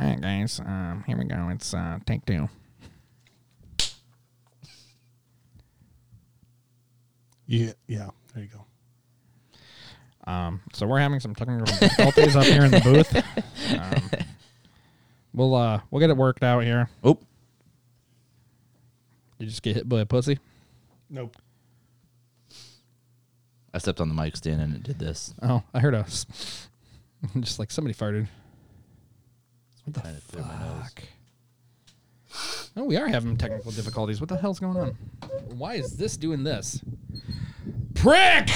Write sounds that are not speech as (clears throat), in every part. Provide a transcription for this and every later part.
right, guys. Um, here we go. It's uh, take two. Yeah, yeah. There you go. Um, so we're having some technical difficulties up here in the booth. Um, we'll uh, we'll get it worked out here. Oh, You just get hit by a pussy. Nope. I stepped on the mic stand and it did this. Oh, I heard a s- (laughs) just like somebody farted. What the fuck? Fuck. Oh, we are having technical difficulties. What the hell's going on? Why is this doing this? Prick!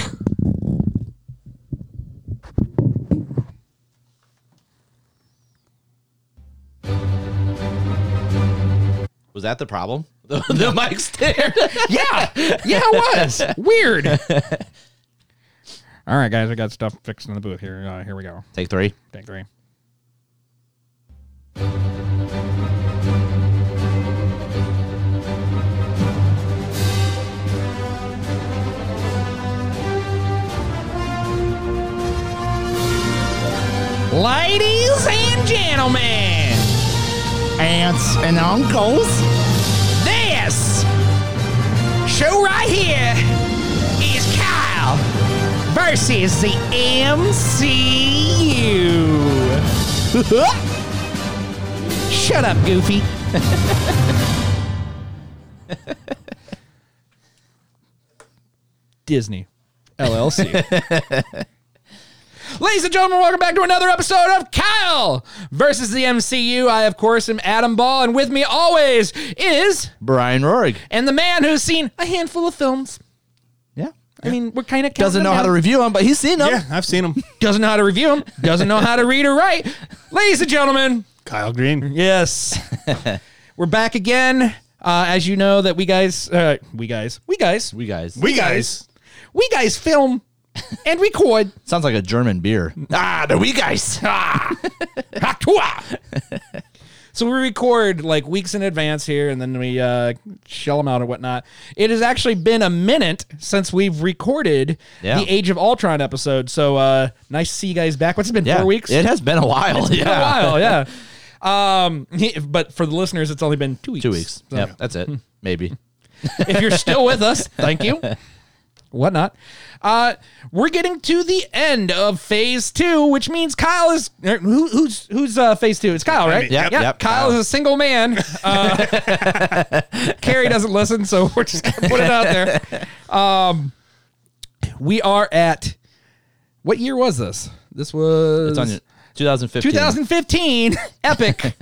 Was that the problem? (laughs) The, the mic stand. Yeah, yeah, it was (laughs) weird. All right, guys, I got stuff fixed in the booth here. Uh, here we go. Take three. Take three. Ladies and gentlemen, Aunts and uncles. this show right here is Kyle versus the MCU. Shut up, Goofy. (laughs) Disney LLC. Ladies and gentlemen, welcome back to another episode of Kyle versus the MCU. I, of course, am Adam Ball, and with me always is Brian Roarig. and the man who's seen a handful of films. Yeah. I mean, we're kind of Doesn't know how to review them, but he's seen them. Yeah, I've seen him. doesn't know how to review them. Doesn't know how to read or write. Ladies and gentlemen, Kyle Green. yes, (laughs) we're back again. Uh, as you know, that we guys, uh, we guys, we guys, We guys. We guys. we guys film and record. Sounds like a German beer. (laughs) ah, the we guys. (laughs) Ah. Hatua. so we record like weeks in advance here, and then we uh, shell them out and whatnot. It has actually been a minute since we've recorded Yeah. the Age of Ultron episode. So uh, nice to see you guys back. What's it been? Yeah. Four weeks. It has been a while. yeah. Been a while. Yeah. (laughs) Um, but for the listeners, it's only been two weeks. Two weeks. So Yep. That's it. Maybe. (laughs) if you're still with us, thank (laughs) you. Whatnot. Uh, we're getting to the end of phase two, which means Kyle is er, who, who's who's uh, phase two. It's Kyle, right? Yep, yep, Kyle, Kyle. is a single (laughs) man. Uh, (laughs) Carrie doesn't listen, so we're just gonna put it out there. Um, we are at what year was this? This was It's on your- 2015. 2015 (laughs) epic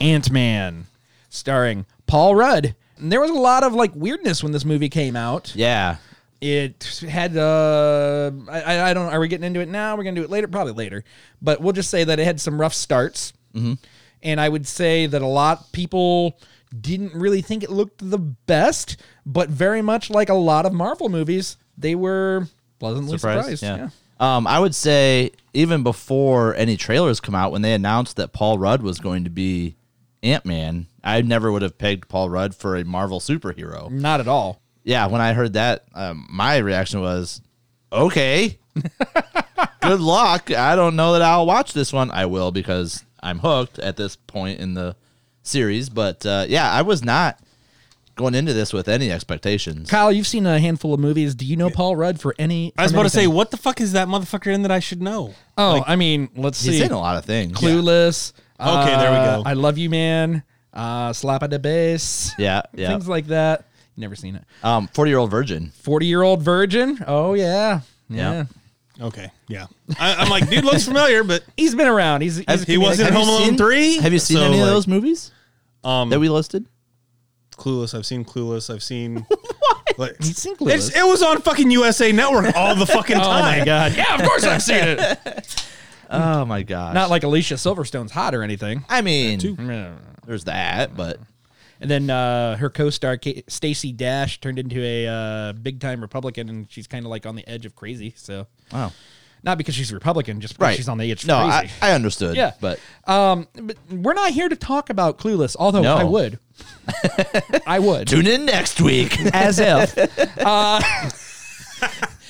Ant Man, starring Paul Rudd. And there was a lot of like weirdness when this movie came out. Yeah. It had uh, I- I, I don't. Are we getting into it now? We're gonna do it later, probably later. But we'll just say that it had some rough starts. Mm-hmm. And I would say that a lot people didn't really think it looked the best, but very much like a lot of Marvel movies, they were pleasantly surprised. Yeah. Um, I would say even before any trailers come out, when they announced that Paul Rudd was going to be Ant Man, I never would have pegged Paul Rudd for a Marvel superhero. not at all. Yeah, when I heard that, um, my reaction was, okay, (laughs) good luck. I don't know that I'll watch this one. I will because I'm hooked at this point in the series. But uh, yeah, I was not going into this with any expectations. Kyle, you've seen a handful of movies. Do you know Paul Rudd for any? I was from about to say, anything? what the fuck is that motherfucker in that I should know? Oh, I mean, let's He's see. in a lot of things. Clueless. Okay, there we uh, go. I love you, man. Uh, slap at the bass. Yeah, yeah. Things like that. Never seen it. Um, Forty year old virgin. Forty-year-old virgin. Oh yeah, yeah. Yeah. Okay, yeah. I, I'm like, dude, looks familiar, (laughs) but He's been around. He's, he's a he comedic- wasn't Have in you Home Alone seen- three. (laughs) Have you seen So, any of like, those movies Um, that we listed? Clueless. I've seen Clueless. I've (laughs) seen. Like, You've seen Clueless? it's, it was on fucking USA Network all the (laughs) fucking Oh time. my god. Yeah, of course I've seen it. Oh my (laughs) gosh! Not like Alicia Silverstone's hot or anything. I mean, Two. there's that, but And then uh, her co-star Ka- Stacey Dash turned into a uh, big-time Republican, and she's kind of like on the edge of crazy. So wow, not because she's Republican, just because right? she's on the edge. of No, crazy. I, I understood. Yeah. but Um, but we're not here to talk about Clueless, although No. I would. (laughs) I would. tune in next week. (laughs) As if.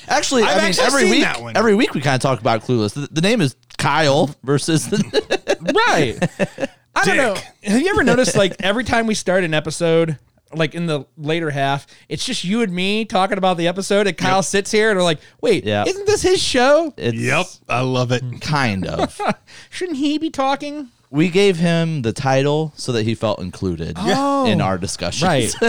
Actually, i I've mean, actually every seen week, that one. every week we kind of talk about Clueless. The, the name is Kyle versus. right. I don't know. Dick. Have you ever noticed like every time we start an episode, like in the later half, it's just you and me talking about the episode, and Kyle sits here and we're like, "Wait, Yeah. isn't this his show? (laughs) It's I love it. Kind of. (laughs) Shouldn't he be (laughs) talking?" we gave him the title so that he felt included Yeah. in our discussion. (laughs)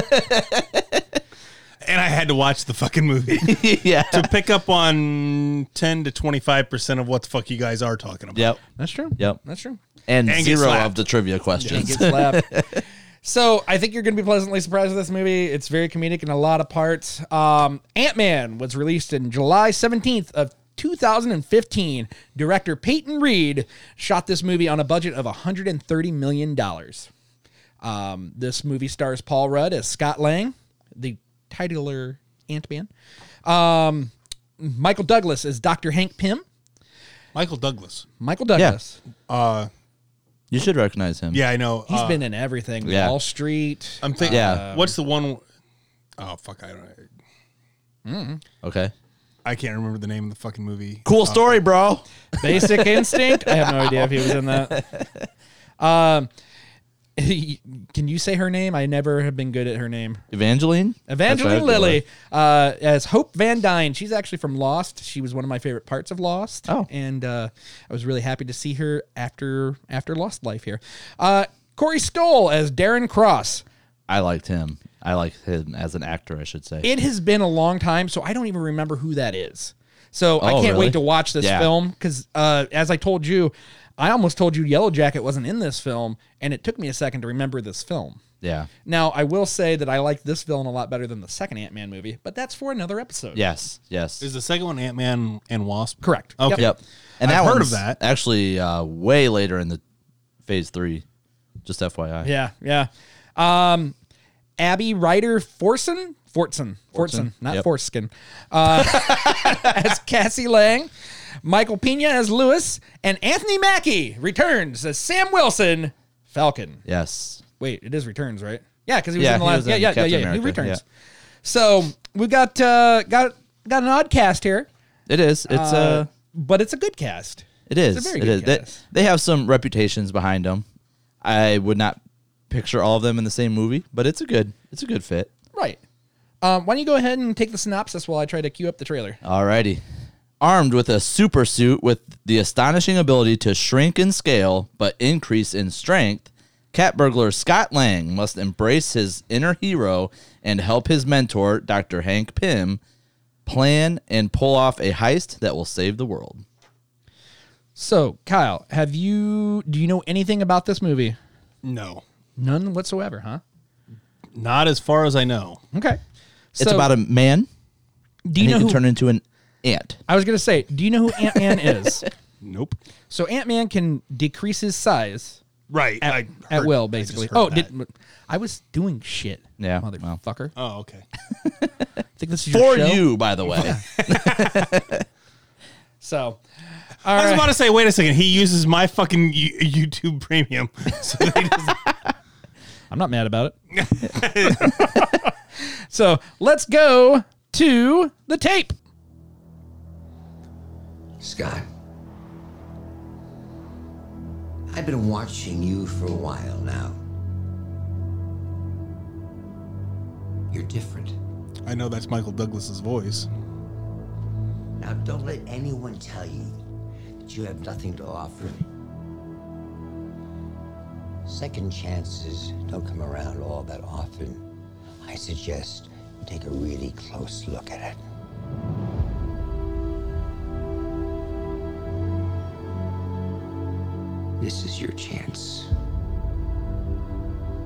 And I had to watch the fucking movie (laughs) yeah. to pick up on 10 to 25% of what the fuck you guys are talking about. Yep. That's true. Yep. That's (laughs) true. And, And get zero slapped. of the trivia questions. Get slapped. so I think you're going to be pleasantly surprised with this movie. It's very comedic in a lot of parts. Um, Ant Man was released in July 17th of 2015. Director Peyton Reed shot this movie on a budget of 130 million dollars. Um, this movie stars Paul Rudd as Scott Lang, the titular Ant Man. Um, Michael Douglas as Dr. Hank Pym. Michael Douglas. Michael Douglas. Uh, You should recognize him. yeah, I know. He's uh, been in everything. yeah. Wall Street. I'm thinking. Yeah. What's the one? Oh fuck! I don't. Okay. I can't remember the name of the fucking movie. Cool story, bro. (laughs) Basic Instinct. I have no idea if he was in that. Um, can you say her name? I never have been good at her name. Evangeline? Evangeline That's what I Lilly do. uh, as Hope Van Dyne. She's actually from Lost. She was one of my favorite parts of Lost. Oh. and uh, I was really happy to see her after after Lost Life here. Uh, Corey Stoll as Darren Cross. I liked him. I liked him as an actor, I should say. It has been a long time, so I don't even remember who that is. So I Oh, can't really? wait to watch this Yeah. film because, uh, as I told you, I almost told you Yellow Jacket wasn't in this film, and it took me a second to remember this film. yeah. Now I will say that I like this villain a lot better than the second Ant Man movie, but that's for another episode. Yes. Yes. Is the second one Ant Man and Wasp? correct. Okay. Yep. And I've that heard of one's that. Actually, uh, way later in the phase three. Just FYI. Yeah, yeah. Um, Abby Ryder Forson, Fortson, Fortson, not Yep. Forskin, uh, (laughs) as Cassie Lang, Michael Pena as Lewis, and Anthony Mackie returns as Sam Wilson, Falcon. Yes. Wait, it is returns, right? Yeah, because he was Yeah, in the he last. was yeah, in yeah, Captain yeah, yeah. America, He returns. yeah. So we got uh, got got an odd cast here, It is. It's uh, uh, but it's a good cast. It is. It's a very it good is. They- guess. They, have some reputations behind them. I would not picture all of them in the same movie, but it's a good. It's a good fit. Right. Um, why don't you go ahead and take the synopsis while I try to cue up the trailer? Alrighty. Armed with a super suit with the astonishing ability to shrink in scale but increase in strength, cat burglar Scott Lang must embrace his inner hero and help his mentor, Dr. Hank Pym, plan and pull off a heist that will save the world. So, Kyle, have you do you know anything about this movie? No, None whatsoever, huh? not as far as I know. Okay. It's about a man do and you he know can who, turn into an ant. I was going to say, do you know who (laughs) Ant-Man is? Nope. So Ant-Man can decrease his size Right. at, I at heard- will I just basically. heard Oh, that. did I was doing shit. Yeah, well. Motherfucker. (laughs) Oh, okay. think this is your For show? you, by the (laughs) way. (laughs) So, I all was right. about to say, wait a second. He uses my fucking (laughs) you- YouTube Premium, so that he doesn't- I'm not mad about it. (laughs) (laughs) so, let's go to the tape. Scott, I've been watching you for a while now. You're different. (laughs) I know that's Michael Douglas's voice. Now, don't let anyone tell you that you have nothing to offer. Second chances don't come around all that often. I suggest you take a really close look at it. This is your chance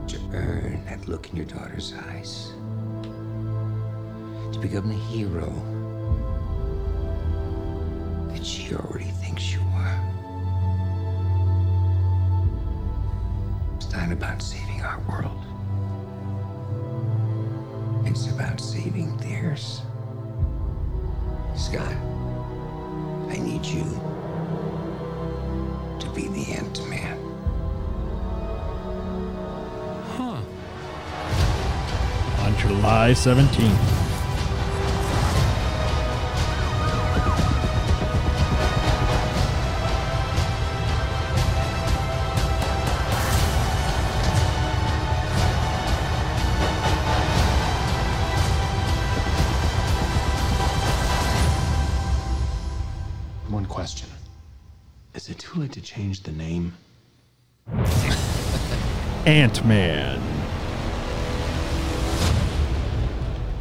to earn that look in your daughter's eyes, to become the hero that she already thinks you are. It's not about saving our world. It's about saving theirs. Scott, I need you to be the Ant Man. on July 17th. too late to change the name? Ant Man.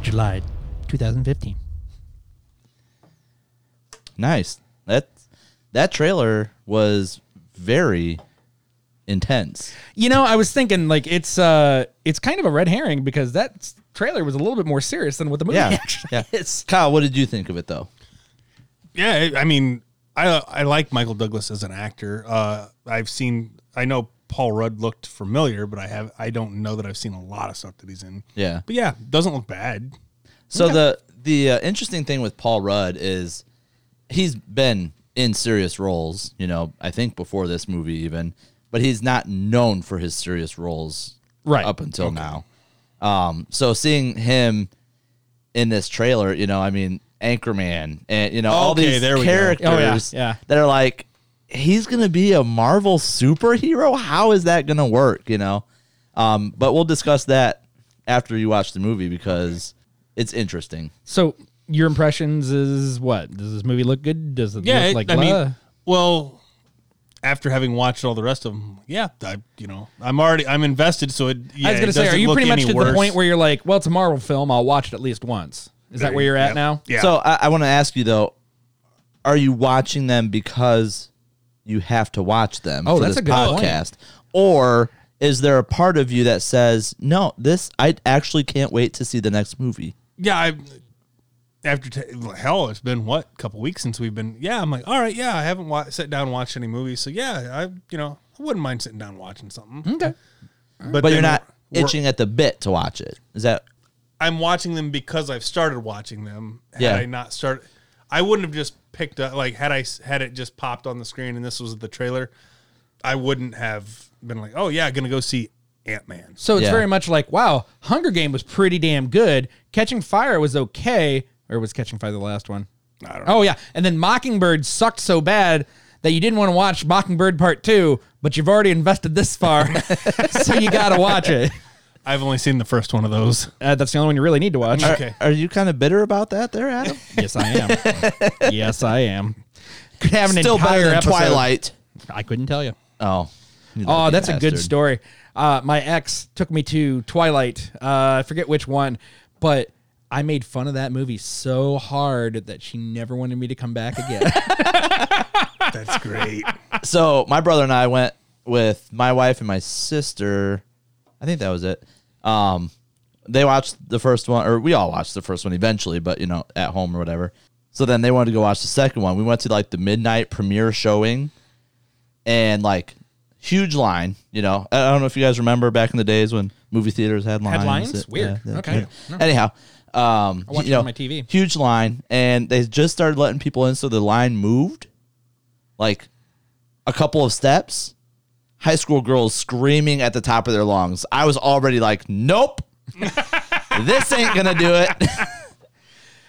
July 2015. Nice. That that trailer was very intense. You know, I was thinking like it's uh it's kind of a red herring because that trailer was a little bit more serious than what the movie (laughs) Yeah. (laughs) actually yeah. is. Kyle, what did you think of it though? Yeah, I I mean, I I like Michael Douglas as an actor. Uh, I've seen, I know Paul Rudd looked familiar, but I have, I don't know that I've seen a lot of stuff that he's in. Yeah. but yeah, doesn't look bad. So the the uh, interesting thing with Paul Rudd is he's been in serious roles, you know, I think before this movie even, but he's not known for his serious roles Right. up until now. Um so seeing him in this trailer, you know, I mean Anchorman and you know all Okay, these there we go. characters Oh, yeah, yeah. that are like he's going to be a Marvel superhero. How is that going to work, you know? Um but we'll discuss that after you watch the movie because it's interesting. So your impressions is what? Does this movie look good? Does it Yeah, look it- like I blah? mean, well, after having watched all the rest of them, yeah, I, you know, I'm already, I'm invested. So it, yeah, I was gonna it say, are doesn't you look pretty much any to the worse. point where you're like, well, it's a Marvel film, I'll watch it at least once. Is that where you're at Yeah. now? Yeah. So I, I want to ask you though, are you watching them because you have to watch them Oh, for that's a this good point. podcast, or is there a part of you that says no? This I actually can't wait to see the next movie. yeah, I after t- hell, it's been what couple weeks since we've been. Yeah, I'm like, all right, yeah, I haven't wa- sat down and watched any movies, so yeah, I you know I wouldn't mind sitting down and watching something. Okay. But, But then you're not we're- itching at the bit to watch it. Is that I'm watching them because I've started watching them. Had Yeah. I not started, I wouldn't have just picked up like had I s- had it just popped on the screen and this was the trailer. I wouldn't have been like, oh yeah, gonna go see Ant Man. So it's Yeah. very much like, wow, Hunger Game was pretty damn good. Catching Fire was okay, or was Catching Fire the last one? I don't know. Oh yeah, and then Mockingbird sucked so bad that you didn't want to watch Mockingbird Part Two, but you've already invested this far, (laughs) so you got to watch it. I've only seen the first one of those. (laughs) Uh, that's the only one you really need to watch. All right. Okay. Are you kind of bitter about that, there, Adam? (laughs) Yes, I am. (laughs) yes, I am. Could have an Still entire better than episode. Twilight. I couldn't tell you. Oh. you Oh, lucky that's a good bastard. story. Uh, my ex took me to Twilight. Uh, I forget which one, but I made fun of that movie so hard that she never wanted me to come back (laughs) again. That's great. so my brother and I went with my wife and my sister. I think that was it. Um, they watched the first one, or we all watched the first one eventually, but you know, at home or whatever. So then they wanted to go watch the second one. We went to like the midnight premiere showing, and like huge line. You know, I I don't know if you guys remember back in the days when movie theaters had lines. lines? It- Weird. Okay. No. Anyhow, I um, watch you it know, on my TV. Huge line, and they just started letting people in, so the line moved, like a couple of steps. High school girls screaming at the top of their lungs. I was already like, (laughs) "Nope, this ain't gonna do it."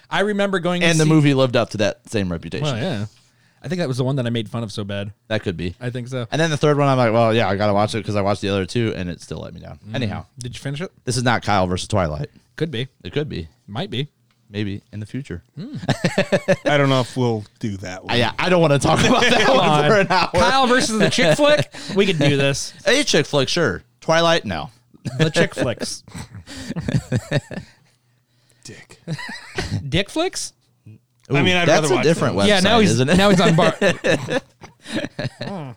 I remember going to and the see- movie lived up to that same reputation. Well, yeah. I think that was the one that I made fun of so bad. That could be. I think so. And then the third one, I'm like, "Well, yeah, I gotta watch it because I watched the other two, and it still let me Mm. down." Anyhow, Did you finish it? this is not Kyle versus Twilight. Could be. It could be, Might be. maybe in the future. (laughs) Mm. I don't know if we'll do that one. I, yeah, I don't want to talk about that one (laughs) for an hour. Kyle versus the chick (laughs) flick. We could do this. A chick flick, sure. Twilight, no. The chick (laughs) flicks. Dick. Dick flicks? I mean, I'd that's rather a watch different website, yeah, now he's isn't it? now he's on bar. (laughs) Mm.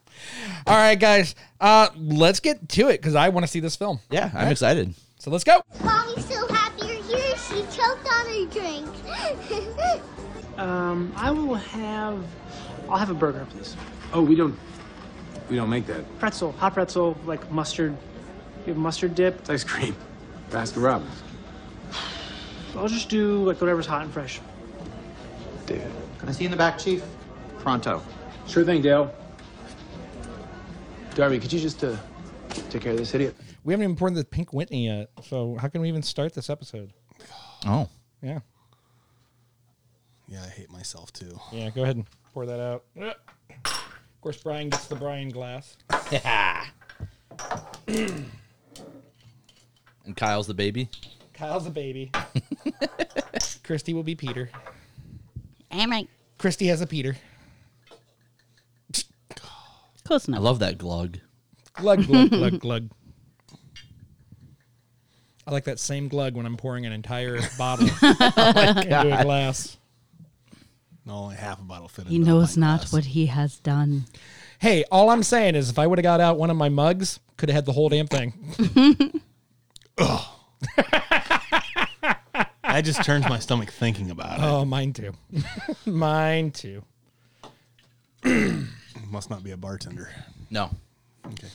All right, guys, uh, let's get to it because I want to see this film. yeah, I'm excited. So let's go. Mommy's so happy you're here, she choked on her drink. (laughs) Um, I will have, I'll have a burger, please. Oh, we don't, we don't make that. Pretzel, hot pretzel, like mustard. You have mustard dip. It's ice cream. Baskin Robbins. I'll just do like whatever's hot and fresh. David. Can I see you in the back, Chief? Pronto. Sure thing, Dale. Darby, could you just uh, take care of this idiot? We haven't even poured the Pink Whitney yet, so how can we even start this episode? Oh. Yeah, Yeah, I hate myself too. yeah. Go ahead and pour that out. Of course, Brian gets the Brian glass. And Kyle's the baby. Kyle's a baby. (laughs) Christy will be Peter. I'm right. Christy has a Peter. Close I enough. love that glug. Glug, glug, glug, glug. I like that same glug when I'm pouring an (laughs) entire bottle (laughs) into a glass. Only half a bottle fit. he into knows my not glass. what he has done. Hey, all I'm saying is if I would have got out one of my mugs, could have had the whole damn (laughs) thing. I just turned my stomach thinking about it. Oh, mine too. (laughs) mine too. Must not be a bartender. No. Okay.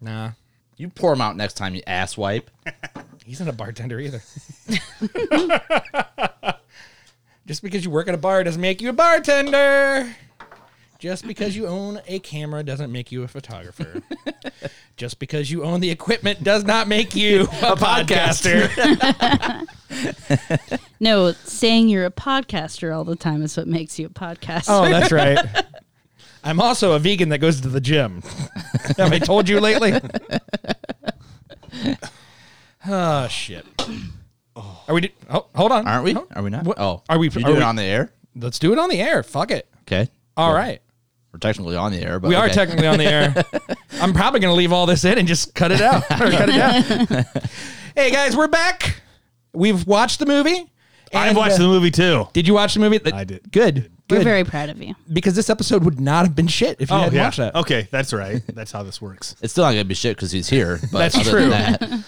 Nah. You pour them out next time, you ass wipe. He's not a bartender either. (laughs) Just because you work at a bar doesn't make you a bartender. Just because you own a camera doesn't make you a (laughs) photographer. Just because you own the equipment does not make you (laughs) a, podcaster. No, saying you're a podcaster all the time is what makes you a podcaster. (laughs) oh, that's right. I'm also a vegan that goes to the (laughs) gym. Have I told you (laughs) lately? oh shit. Are we? Do- oh, hold on. Aren't we? Hold- Are we not? What- Oh, are we- You are do we- it on the air. Let's do it on the air. Fuck it. Okay. All right. We're technically on the air, but We are okay. technically on the air. I'm probably going to leave all this in and just cut it out. Or cut it out. hey guys, we're back. We've watched the movie. I've and, watched uh, the movie too. Did you watch the movie? That- I did. Good. We're Good. very proud of you. because this episode would not have been shit if you hadn't watched that. Okay, that's right. That's how this works. It's still not gonna be shit because he's here. But That's other true. Than (laughs) that,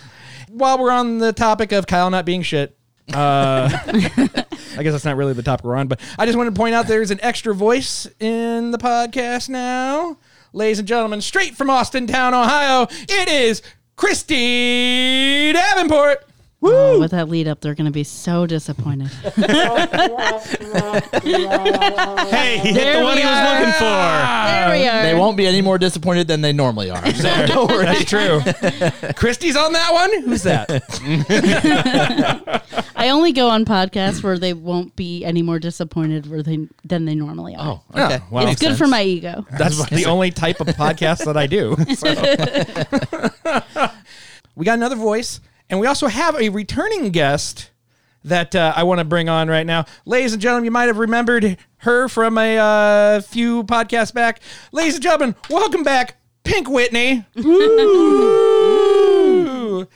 While we're on the topic of Kyle not being shit, uh, I guess that's not really the topic we're on, but I just wanted to point out there's an extra voice in the podcast now. Ladies and gentlemen, straight from Austin Town, Ohio, it is Christy Davenport. Oh, with that lead up, they're going to be so (laughs) disappointed. Hey, he hit There the one we he was are. looking for. there we are. they won't be any more disappointed than they normally are. So don't worry. That's (laughs) true. Christy's on that one. Who's that? I only go on podcasts where they won't be any more disappointed where they, than they normally are. Oh, okay. Oh, wow. it's good for my ego. That's the only type of podcast that I do. (laughs) so. (laughs) we got another voice, and we also have a returning guest that uh, I want to bring on right now. Ladies and gentlemen, you might have remembered her from a uh, few podcasts back. Ladies and gentlemen, welcome back, Pink (laughs) Whitney. Woo!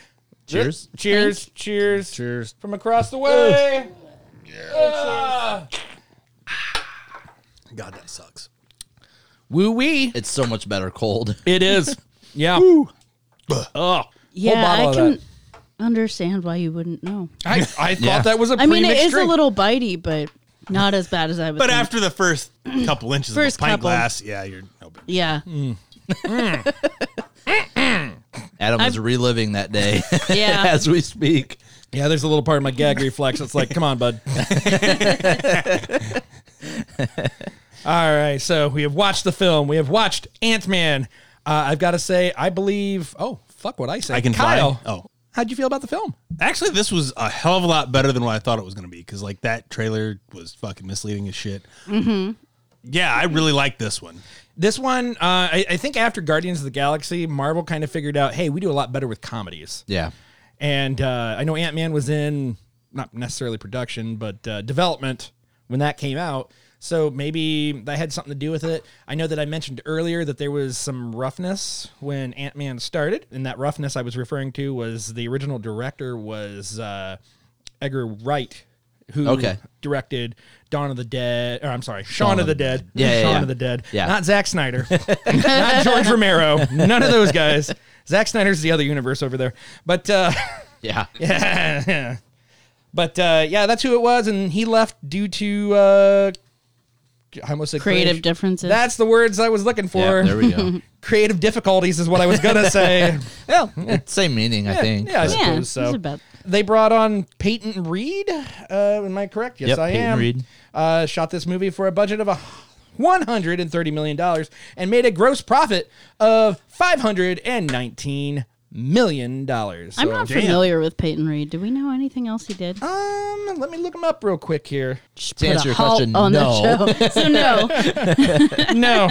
Cheers. Cheers, cheers, cheers from across the way. Ah. God, that sucks. Woo wee. It's so much (laughs) better cold. It is. Yeah. Oh. Yeah, bottle I of can that. understand why you wouldn't know. (laughs) I, I thought Yeah. that was a I mean, it pre-mixed is drink. a little bitey, but not as bad as I was. (laughs) But after the first couple inches First of a pint couple. glass, yeah, you're no big. yeah, Hmm. Adam is reliving that (laughs) day yeah, (laughs) as we speak. Yeah, there's a little part of my gag reflex that's like, come on, bud. (laughs) All right, so we have watched the film. We have watched Ant Man. Uh, I've got to say, I believe. Oh, fuck what I say. I can Kyle, fly. Oh, how'd you feel about the film? actually, this was a hell of a lot better than what I thought it was going to be because like that trailer was fucking misleading as shit. Mm-hmm. Yeah, I really like this one. This one, uh, I, I think after Guardians of the Galaxy, Marvel kind of figured out, hey, we do a lot better with comedies. Yeah. And uh, I know Ant Man was in not necessarily production, but uh, development when that came out. So maybe that had something to do with it. I know that I mentioned earlier that there was some roughness when Ant Man started, and that roughness I was referring to was the original director was uh, Edgar Wright, who Okay. directed Dawn of the Dead. Or I'm sorry, Shaun, of the Dead. Yeah, yeah, Shaun yeah. of the Dead. Yeah. Not Zack Snyder. (laughs) not George Romero. None of those guys. Zack Snyder's the other universe over there. But uh, Yeah. but uh, yeah, that's who it was, and he left due to uh, I almost said creative creat- differences. That's the words I was looking for. Yeah, there we (laughs) go. (laughs) creative difficulties is what I was gonna (laughs) say. well, it's same meaning, I think. yeah, I but- yeah, suppose so. it's about they brought on Peyton Reed. Uh, am I correct? Yes, Yep, I Peyton am. Reed. Uh, shot this movie for a budget of a. $130 million and made a gross profit of $519 million. I'm So- not familiar with Peyton Reed. Do we know anything else he did? Um, let me look him up real quick here. Just to put answer a your halt question, on no. (laughs) the show. So no. (laughs) No,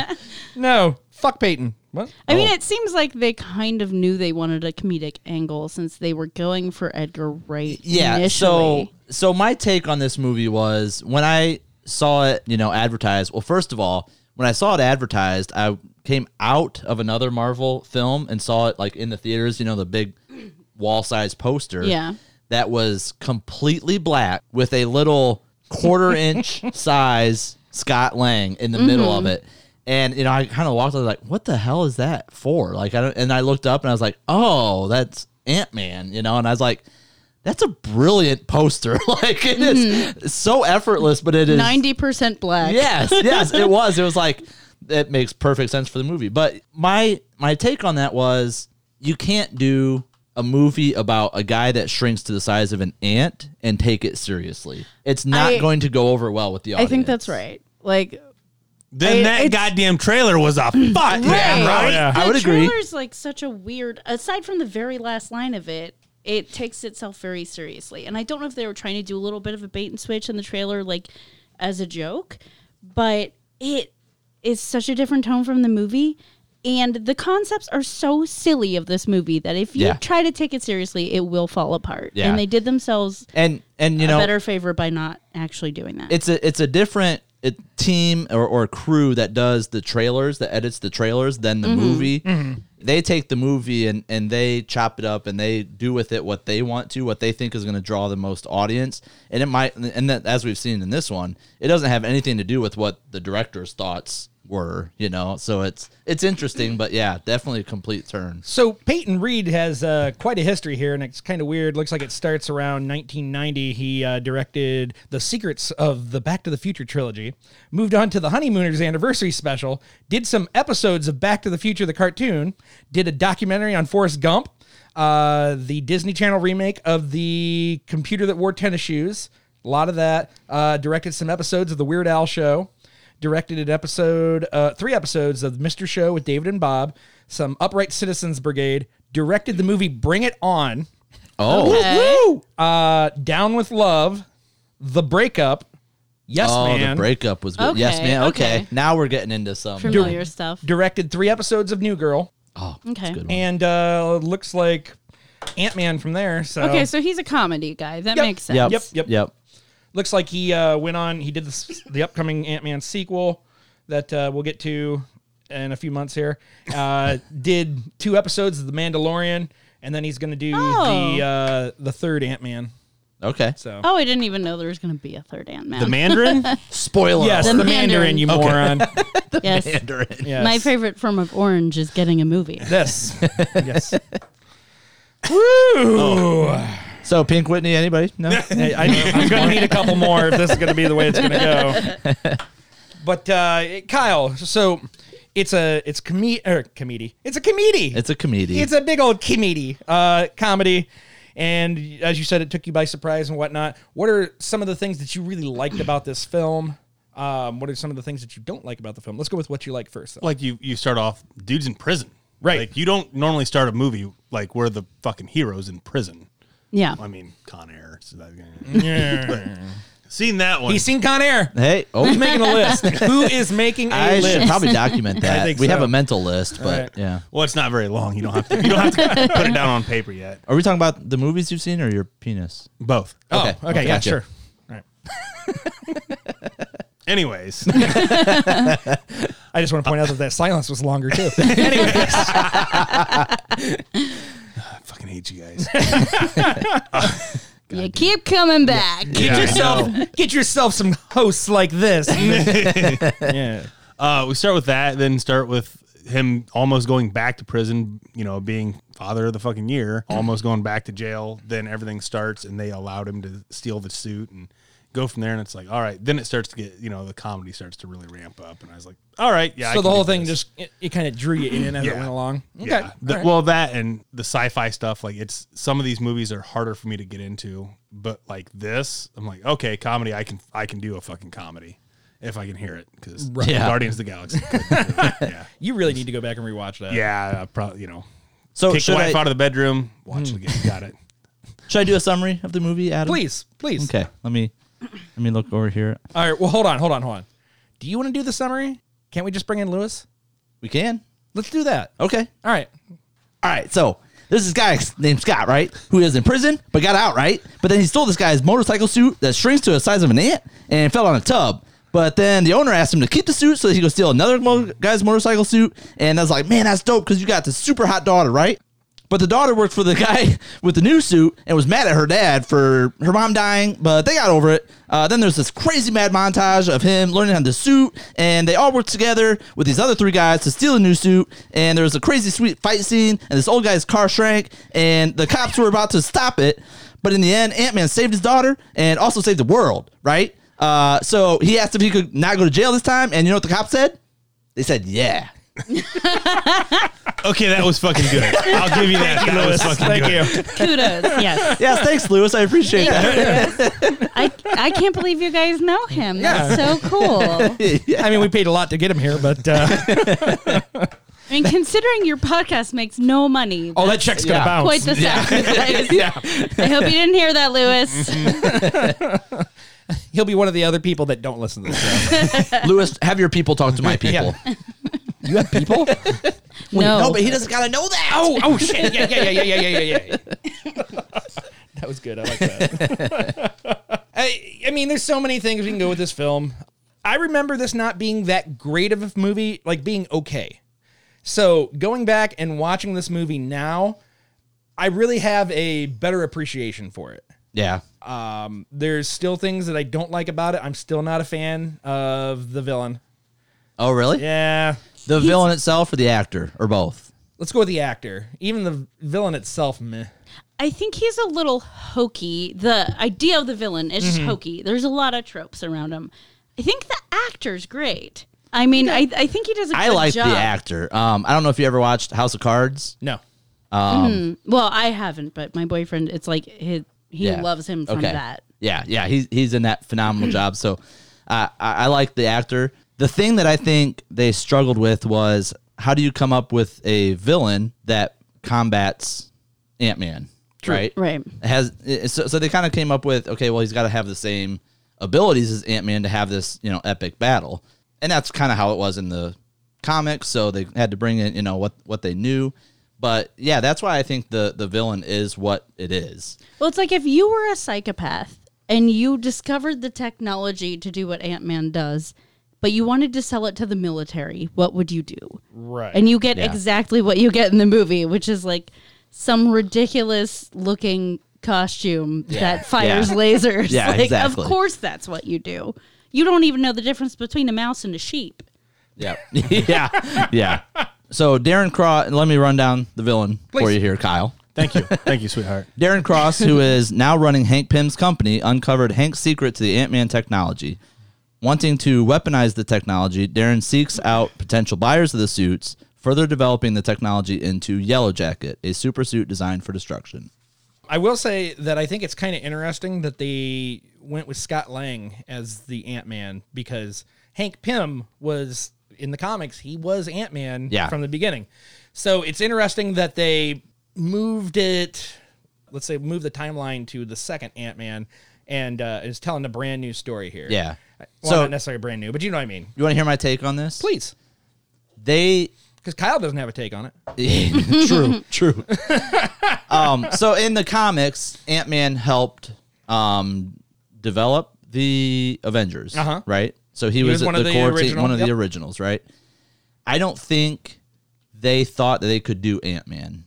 no, fuck Peyton. What? I Oh. mean, it seems like they kind of knew they wanted a comedic angle since they were going for Edgar Wright. yeah initially. so so my take on this movie was when i saw it you know advertised well first of all when I saw it advertised, I came out of another Marvel film and saw it like in the theaters, you know, the big wall sized poster. Yeah. That was completely black with a little (laughs) quarter inch size Scott Lang in the middle Mm-hmm. of it. And you know, I kind of walked away like, "What the hell is that for?" Like, I don't. And I looked up and I was like, "Oh, that's Ant Man," you know. And I was like, "That's a brilliant poster. (laughs) like, it is Mm-hmm. so effortless, but it is Ninety percent (laughs) black. Yes, yes, it was. It was like it makes perfect sense for the movie. But my my take on that was you can't do a movie about a guy that shrinks to the size of an ant and take it seriously. It's not I- going to go over well with the I audience. think that's right. Like Then I- that it's- goddamn trailer was a fuck. Yeah, Right. I the would agree. trailer's like such a weird. Aside from the very last line of it, it takes itself very seriously, and I don't know if they were trying to do a little bit of a bait and switch in the trailer, like as a joke, but it is such a different tone from the movie. And the concepts are so silly of this movie that if you Yeah. try to take it seriously, it will fall apart. Yeah. And they did themselves And and you a know better favor by not actually doing that. it's a it's a different uh team or, or crew that does the trailers that edits the trailers than the movie Mm-hmm. they take the movie and and they chop it up and they do with it what they want to what they think is going to draw the most audience and it might and that, as we've seen in this one it doesn't have anything to do with what the director's thoughts were you know so it's it's interesting but yeah definitely a complete turn So Peyton Reed has uh, quite a history here, and it's kind of weird. Looks like it starts around 1990. He uh, directed the secrets of the Back to the Future trilogy, moved on to the Honeymooners anniversary special, did some episodes of Back to the Future the cartoon, did a documentary on Forrest Gump, uh, the Disney Channel remake of the computer that wore tennis shoes. A lot of that. Uh, directed some episodes of the Weird Al show directed an episode, uh, three episodes of Mr. Show with David and Bob, some Upright Citizens Brigade, directed the movie Bring It On, oh Woo! uh, Down with Love, The Breakup, Yes oh Man, the breakup was good. yes Okay, man okay. okay. now we're getting into some familiar stuff. directed three episodes of New Girl, oh Okay. good one. and uh, looks like Ant Man from there. So Okay, so he's a comedy guy. That Yep. makes sense. yep Yep, yep. yep looks like he uh, went on. He did this, the upcoming Ant Man sequel that uh, we'll get to in a few months here. Uh, (laughs) did two episodes of The Mandalorian, and then he's going to do Oh. the uh, the third Ant Man. okay So Oh, I didn't even know there was going to be a third Ant Man. The Mandarin? spoiler yes, The the, Mandarin, Mandarin. you moron. (laughs) yes. Yes. Oh My favorite form of orange is getting a movie. (laughs) This. yes. Woo! So Pink Whitney, anybody? No. (laughs) Hey, I, I'm going to need a couple more if this is going to be the way it's going to go. But uh, Kyle, so it's a it's comedy or comedy. It's a comedy. it's a comedian. It's a big old comedy, uh, comedy. And as you said, it took you by surprise and whatnot. What are some of the things that you really liked about this film? Um, what are some of the things that you don't like about the film? Let's go with what you like first. Though. like you you start off dudes in prison. Right. Like you don't normally start a movie like where the fucking heroes in prison. Yeah. I mean, Con Air. So that, (laughs) But seen that one. He's seen Con Air. hey, oh, Making a list. Who is making a I should list? (laughs) probably document that. think we have so. a mental list, but right. yeah. well, it's not very long. You don't have to. You don't have to put it down on paper yet. Are we talking about the movies you've seen or your penis? Both. Oh, okay, Okay, okay, yeah, gotcha. sure. All right. Anyways, (laughs) I just want to point out that that silence was longer (laughs) too. anyway, I fucking hate you guys. you keep coming back. Yeah, I know. get yourself some hosts like this. yeah. Uh, we start with that, then start with him almost going back to prison, you know, being father of the (clears throat) fucking year, almost going back to jail. Then everything starts and they allowed him to steal the suit and go from there. And it's like, all right, then it starts to get, you know, the comedy starts to really ramp up. And I was like, all right, yeah. I so can the whole do thing this. just it, it kind of drew you in as it Yeah. went along. Okay. Yeah. The- all right. Well, that and the sci-fi stuff, like it's some of these movies are harder for me to get into, but like this, I'm like, okay, comedy, I can I can do a fucking comedy if I can hear it because Yeah. Guardians of the (laughs) Galaxy. couldn't do it. yeah, you really need to go back and rewatch that. yeah, I probably you know, So kick the should I, wife out of the bedroom, watch it again. Got it. should I do a summary of the movie, Adam? Please, please. Okay. Let me let me look over here. All right. Well, hold on, hold on, hold on. Do you want to do the summary? Can't we just bring in Lewis? We can. Let's do that. Okay. All right. All right, so there's this guy named Scott, right? Who is in prison but got out, right? But then he stole this guy's motorcycle suit that shrinks to the size of an ant and fell on a tub. But then the owner asked him to keep the suit so he could steal another mo- guy's motorcycle suit. And I was like, man, that's dope because you got the super hot daughter, right? But the daughter worked for the guy (laughs) with the new suit and was mad at her dad for her mom dying, but they got over it. Uh, then there's this crazy mad montage of him learning how to suit, and they all work together with these other three guys to steal a new suit. And there was a crazy sweet fight scene, and this old guy's car shrank, and the cops were about to stop it. But in the end, Ant Man saved his daughter and also saved the world, right? Uh, so he asked if he could not go to jail this time, and you know what the cop said? They said, yeah. (laughs) Okay, that was fucking good. I'll give you that. that was fucking Thank good. you. Kudos. Yes. Yes, thanks, Lewis. I (laughs) appreciate that. I, I can't believe you guys know him. That's so cool. I I mean, we paid a lot to get him here, but uh, (laughs) mean, considering your podcast makes no money, oh, that check's gonna Yeah. bounce. quite the sacrifice. I hope you didn't hear that, Lewis. He'll be one of the other people that don't listen to this. show. Lewis, have your people talk to (laughs) my people. You have people? no. No, but he doesn't gotta know that. oh, oh shit! Yeah, yeah, yeah, yeah, yeah, yeah, yeah. that was good. I like that. (laughs) I, I mean, there's so many things we can go with this film. I remember this not being that great of a movie, like being okay. So going back and watching this movie now, I really have a better appreciation for it. Yeah. Um, there's still things that I don't like about it. I'm still not a fan of the villain. Oh, really? Yeah. The villain itself or the actor or both? Let's go with the actor. Even the villain itself, meh. I think he's a little hokey. The idea of the villain is Mm-hmm. just hokey. There's a lot of tropes around him. I think the actor's great. I mean, I, I think he does a good I like job. the actor. Um, I don't know if you ever watched House of Cards. No. Well, I haven't, but my boyfriend, it's like his, he Yeah. loves him from Okay. that. Yeah, yeah, he's he's in that (clears throat) phenomenal job. So, uh, I, I like the actor. The thing that I think they struggled with was how do you come up with a villain that combats Ant Man, right? Right. Has i- so, so they kind of came up with okay, well, he's got to have the same abilities as Ant Man to have this you know epic battle, and that's kind of how it was in the comics. So they had to bring in you know what what they knew. But yeah, that's why I think the the villain is what it is. Well, it's like if you were a psychopath and you discovered the technology to do what Ant Man does, but you wanted to sell it to the military, what would you do? Right. And you get Yeah. exactly what you get in the movie, which is like some ridiculous looking costume (laughs) that fires Yeah. lasers. Yeah, like, exactly. Of course, that's what you do. You don't even know the difference between a mouse and a sheep. Yeah. (laughs) yeah. Yeah. So Darren Cross, let me run down the villain for you here, Kyle. Thank you. Thank you, sweetheart. Darren Cross, who is now running Hank Pym's company, uncovered Hank's secret to the Ant Man technology. Wanting to weaponize the technology, Darren seeks out potential buyers of the suits, further developing the technology into Yellow Jacket, a super suit designed for destruction. I will say that I think it's kind of interesting that they went with Scott Lang as the Ant Man because Hank Pym was in the comics. He was Ant Man Yeah. from the beginning. So it's interesting that they moved it, let's say, moved the timeline to the second Ant Man and uh, is telling a brand new story here. Yeah. Well, So- not necessarily brand new, but you know what I mean. You want to hear my take on this? Please. They (laughs) Because Kyle doesn't have a take on it. true, true. (laughs) um, so in the comics, Ant Man helped um, develop the Avengers, Uh-huh. right? So he, was, one the, of the core team, original- one of the yep. originals, right? I don't think they thought that they could do Ant Man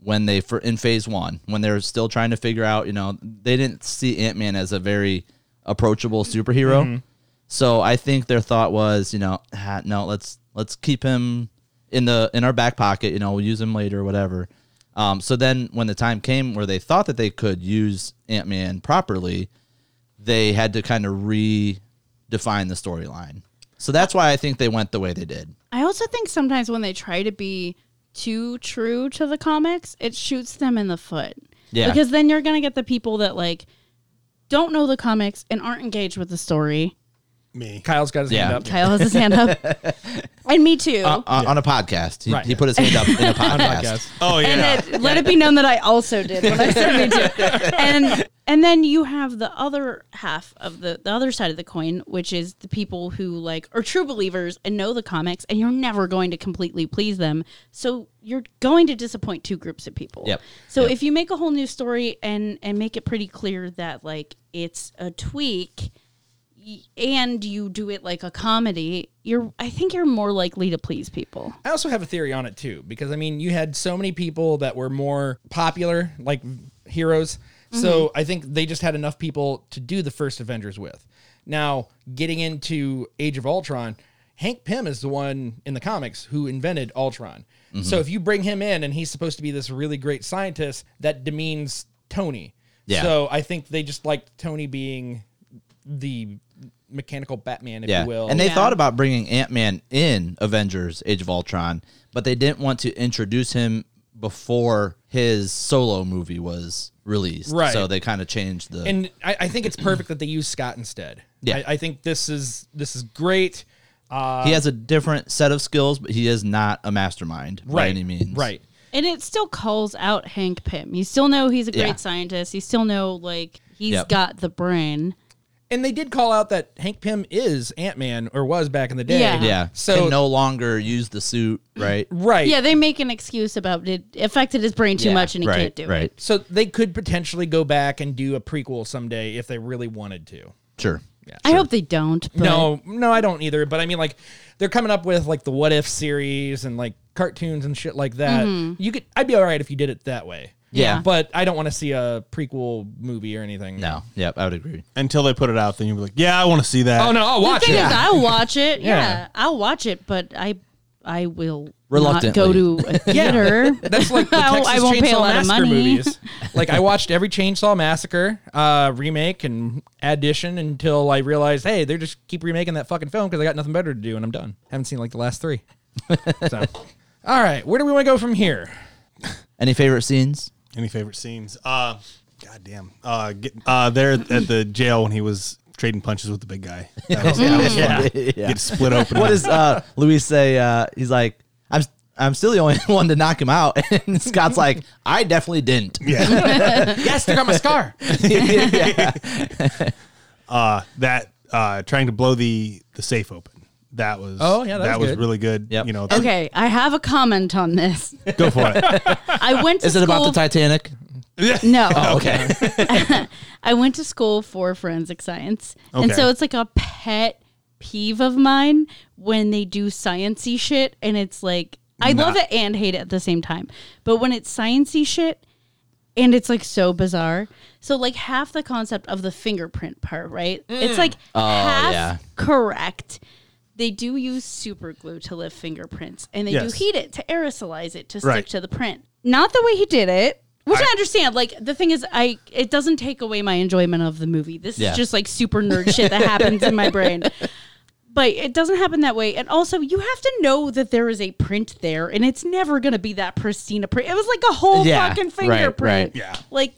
when they for in Phase One when they were still trying to figure out. You know, they didn't see Ant Man as a very approachable superhero. So I think their thought was, you know, ah, no, let's let's keep him in the in our back pocket. You know, we'll use him later, whatever. Um, so then, when the time came where they thought that they could use Ant Man properly, they had to kind of redefine the storyline. So that's why I think they went the way they did. I also think sometimes when they try to be too true to the comics, it shoots them in the foot. Yeah. Because then you're going to get the people that like don't know the comics and aren't engaged with the story. Me. Kyle's got his Yeah. hand up. Kyle has his hand (laughs) up. and me too. Uh, On a podcast, he, Right. he put his hand up in (laughs) a podcast. Oh yeah. and it, let it be known that I also did when I said me too. And and then you have the other half of the the other side of the coin, which is the people who like are true believers and know the comics, and you're never going to completely please them. So you're going to disappoint two groups of people. Yep. So if you make a whole new story and and make it pretty clear that like it's a tweak y- and you do it like a comedy, you're I think you're more likely to please people. I also have a theory on it too, because I mean, you had so many people that were more popular, like heroes. So Mm-hmm. I think they just had enough people to do the first Avengers with. Now, getting into Age of Ultron, Hank Pym is the one in the comics who invented Ultron. Mm-hmm. So if you bring him in and he's supposed to be this really great scientist, that demeans Tony. Yeah. So I think they just liked Tony being the mechanical Batman, if yeah. you will. And they Yeah. thought about bringing Ant Man in Avengers Age of Ultron, but they didn't want to introduce him before his solo movie was released. Right. So they kind of changed the. and I, I think it's perfect that they use Scott instead. Yeah. I, I think this is this is great. Uh, he has a different set of skills, but he is not a mastermind by any means. Right. And it still calls out Hank Pym. You still know he's a great Yeah. scientist. You still know like he's Yep. got the brain. And they did call out that Hank Pym is Ant Man or was back in the day. Yeah. Yeah. So- So Can no longer use the suit. Right. Right. Yeah, they make an excuse about it affected his brain too Yeah, much and he right, can't do Right. it. So they could potentially go back and do a prequel someday if they really wanted to. Sure. I hope they don't. But No, no, I don't either. But I mean, like, they're coming up with like the What If series and like cartoons and shit like that. Mm-hmm. You could, I'd be all right if you did it that way. Yeah. But I don't want to see a prequel movie or anything. No. Yep. I would agree. Until they put it out, then you'll be like, yeah, I want to see that. Oh no, I'll The watch thing it. is, I'll watch it. Yeah. Yeah. I'll watch it, but I I will not Reluctantly. go to a theater. (laughs) That's like the (laughs) I won't- Texas I won't Chainsaw pay a lot of Massacre money. movies. Like I watched every Chainsaw Massacre uh, remake and addition until I realized, hey, they just keep remaking that fucking film because I got nothing better to do and I'm done. Haven't seen like the last (laughs) three. so, all right, where do we want to go from here? Any favorite scenes? Any favorite scenes? Uh, goddamn. Uh, get, uh, there at the jail when he was trading punches with the big guy. That was, that (laughs) was fun. Yeah. Get split open. what does uh, Luis say? Uh, he's like, I'm I'm still the only (laughs) one to knock him out, (laughs) and Scott's like, I definitely didn't. yeah. Yes, they got my scar. yeah. Uh, that uh, trying to blow the the safe open. That was. Oh, yeah, that was was good. really good. Yep. You know. (laughs) Okay, I have a comment on this. Go for (laughs) it. I went (laughs) to Is it about the school- Titanic? Oh. No. Okay. I went to school for forensic science. And Okay. so it's like a pet peeve of mine when they do sciency shit and it's like I love it and hate it at the same time. But when it's sciency shit and it's like so bizarre. So like half the concept of the fingerprint part, right? It's like Oh, half yeah. correct. They do use super glue to lift fingerprints and they Yes. do heat it to aerosolize it to stick Right. to the print. Not the way he did it, which I, understand. Like the thing is, I it doesn't take away my enjoyment of the movie. This Yeah. is just like super nerd shit that happens in my (laughs) brain. But it doesn't happen that way. And also, you have to know that there is a print there, and it's never going to be that pristine a print. It was like a whole Yeah, fucking right, right. fingerprint. Yeah. Like,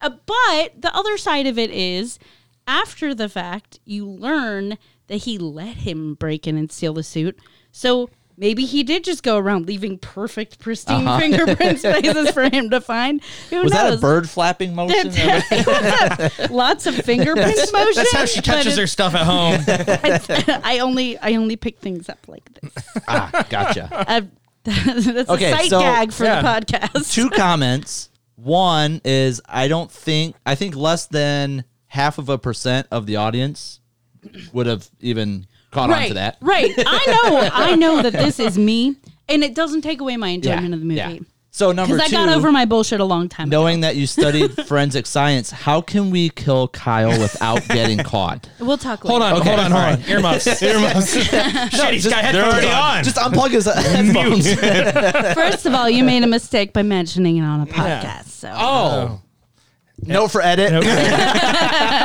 uh, but the other side of it is, after the fact, you learn that he let him break in and steal the suit. So maybe he did just go around leaving perfect, pristine fingerprint spaces for him to find. Who Was that a knows? bird flapping motion? Lots of fingerprint motion. That's how she touches her stuff at (laughs) home. I only I only pick things up like this. (laughs) ah, gotcha. Uh, (laughs) that's Okay, a sight so- gag for yeah. the podcast. Two comments. One is I don't think I think less than half of a percent of the audience would have even caught on right, to that. right. I know. (laughs) I know that this is me, and it doesn't take away my Yeah, enjoyment of the yeah. movie So number because two, I got over my bullshit a long time. ago. knowing that you (laughs) studied forensic science, how can we kill Kyle without getting caught? We'll talk later. Hold on, Okay, hold on, hold all on. (laughs) Earmuffs. Earmuffs. Shit, he's got They're headphones already on. on. Just unplug his uh, headphones. First of all, you made a mistake by mentioning it on a podcast. So Oh. no for edit.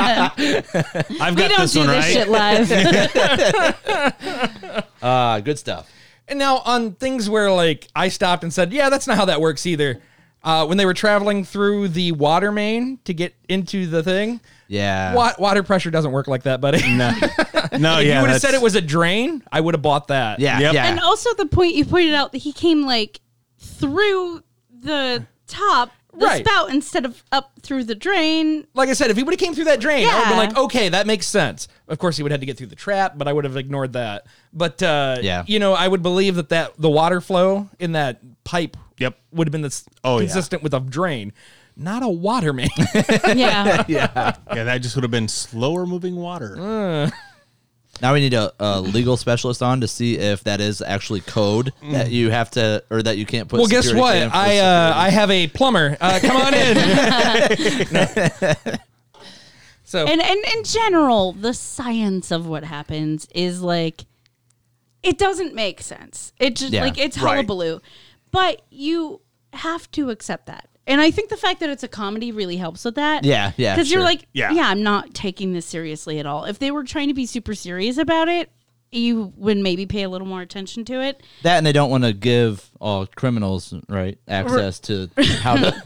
I've we got don't this do one this right. shit (laughs) live. Uh, good stuff. And now on things where like I stopped and said, yeah, that's not how that works either. Uh, when they were traveling through the water main to get into the thing, Yeah. wa- water pressure doesn't work like that, buddy. No, no, (laughs) if Oh, yeah. you would have that's- said it was a drain, I would have bought that. Yeah. Yep. Yeah. and also the point you pointed out that he came like through the top, the Right. spout instead of up through (laughs) the drain. Like I said, if he would have came through that drain, I would have Yeah. been like, okay, that makes sense. Of course, he would have had to get through the trap, but I would have ignored that. But uh, Yeah. you know, I would believe that, that the water flow in that pipe Yep. would have been this Oh, yeah. consistent with a drain. not a (laughs) waterman. yeah. yeah, yeah. That just would have been slower moving water. Uh, Now we need a, a legal specialist on to see if that is actually code that you have to or that you can't put. Mm. well, guess security what? in for I uh, I have a plumber. Uh, come on in. No. So And and in general, the science of what happens is like it doesn't make sense. It just Yeah, like it's right. hullabaloo. But you have to accept that. And I think the fact that it's a comedy really helps with that. Yeah, yeah, Because sure. you're like, Yeah. yeah. I'm not taking this seriously at all. If they were trying to be super serious about it, you would maybe pay a little more attention to it. that, and they don't want to give all criminals right access to (laughs) how to. but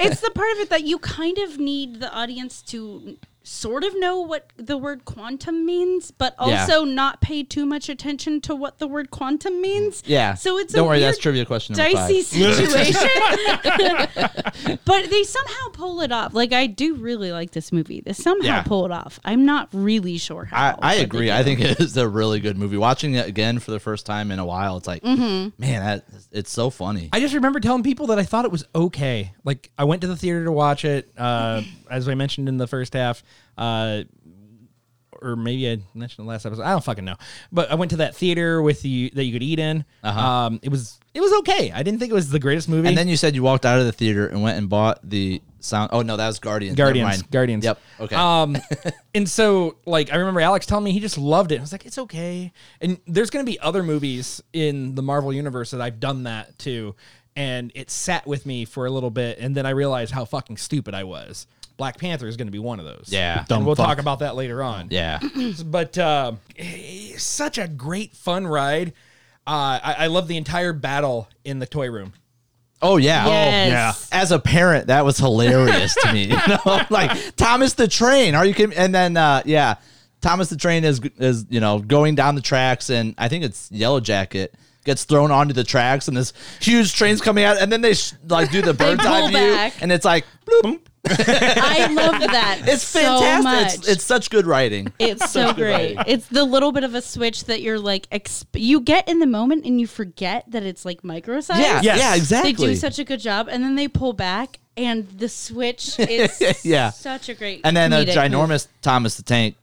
it's the part of it that you kind of need the audience to sort of know what the word quantum means, but Yeah. also not pay too much attention to what the word quantum means. Yeah. So it's don't a worry. that's weird, trivia question number Dicey five. (laughs) situation, (laughs) but they somehow pull it off. Like I do really like this movie. They somehow Yeah. pull it off. I'm not really sure how. I, I but they agree. do. I think it is a really good movie. Watching it again for the first time in a while, it's like, Mm-hmm. man, that it's so funny. I just remember telling people that I thought it was okay. Like I went to the theater to watch it. Uh, as I mentioned in the first half, uh, or maybe I mentioned in the last episode. I don't fucking know. But I went to that theater with the that you could eat in. Um, it was it was okay. I didn't think it was the greatest movie. Uh-huh. and then you said you walked out of the theater and went and bought the sound. Oh no, that was Guardians. Never Guardians, mind. Guardians. Yep. Okay. (laughs) Um, and so like I remember Alex telling me he just loved it. I was like, it's okay. And there's gonna be other movies in the Marvel universe that I've done that to, and it sat with me for a little bit, and then I realized how fucking stupid I was. Black Panther is gonna be one of those. Yeah. and Dumb we'll fuck. talk about that later on. yeah. But uh, it's such a great fun ride. Uh, I, I love the entire battle in the toy room. Oh yeah. Yes. as a parent, that was hilarious to me. (laughs) You know, like Thomas the Train. Are you kidding? And then, uh, yeah, Thomas the Train is is you know going down the tracks, and I think it's Yellow Jacket gets thrown onto the tracks, and this huge train's coming out, and then they sh- like (laughs) do the bird's pull eye view, back. and it's like bloop. (laughs) I love that. It's so fantastic. much. it's, it's such good writing. (laughs) It's so great. It's the little bit of a switch that you're like, exp- you get in the moment and you forget that it's like microsized. Yeah, Yes. yeah, exactly. They do such a good job, and then they pull back, and (laughs) the switch is Yeah. such a great. and then a comedic move. ginormous Thomas the Tank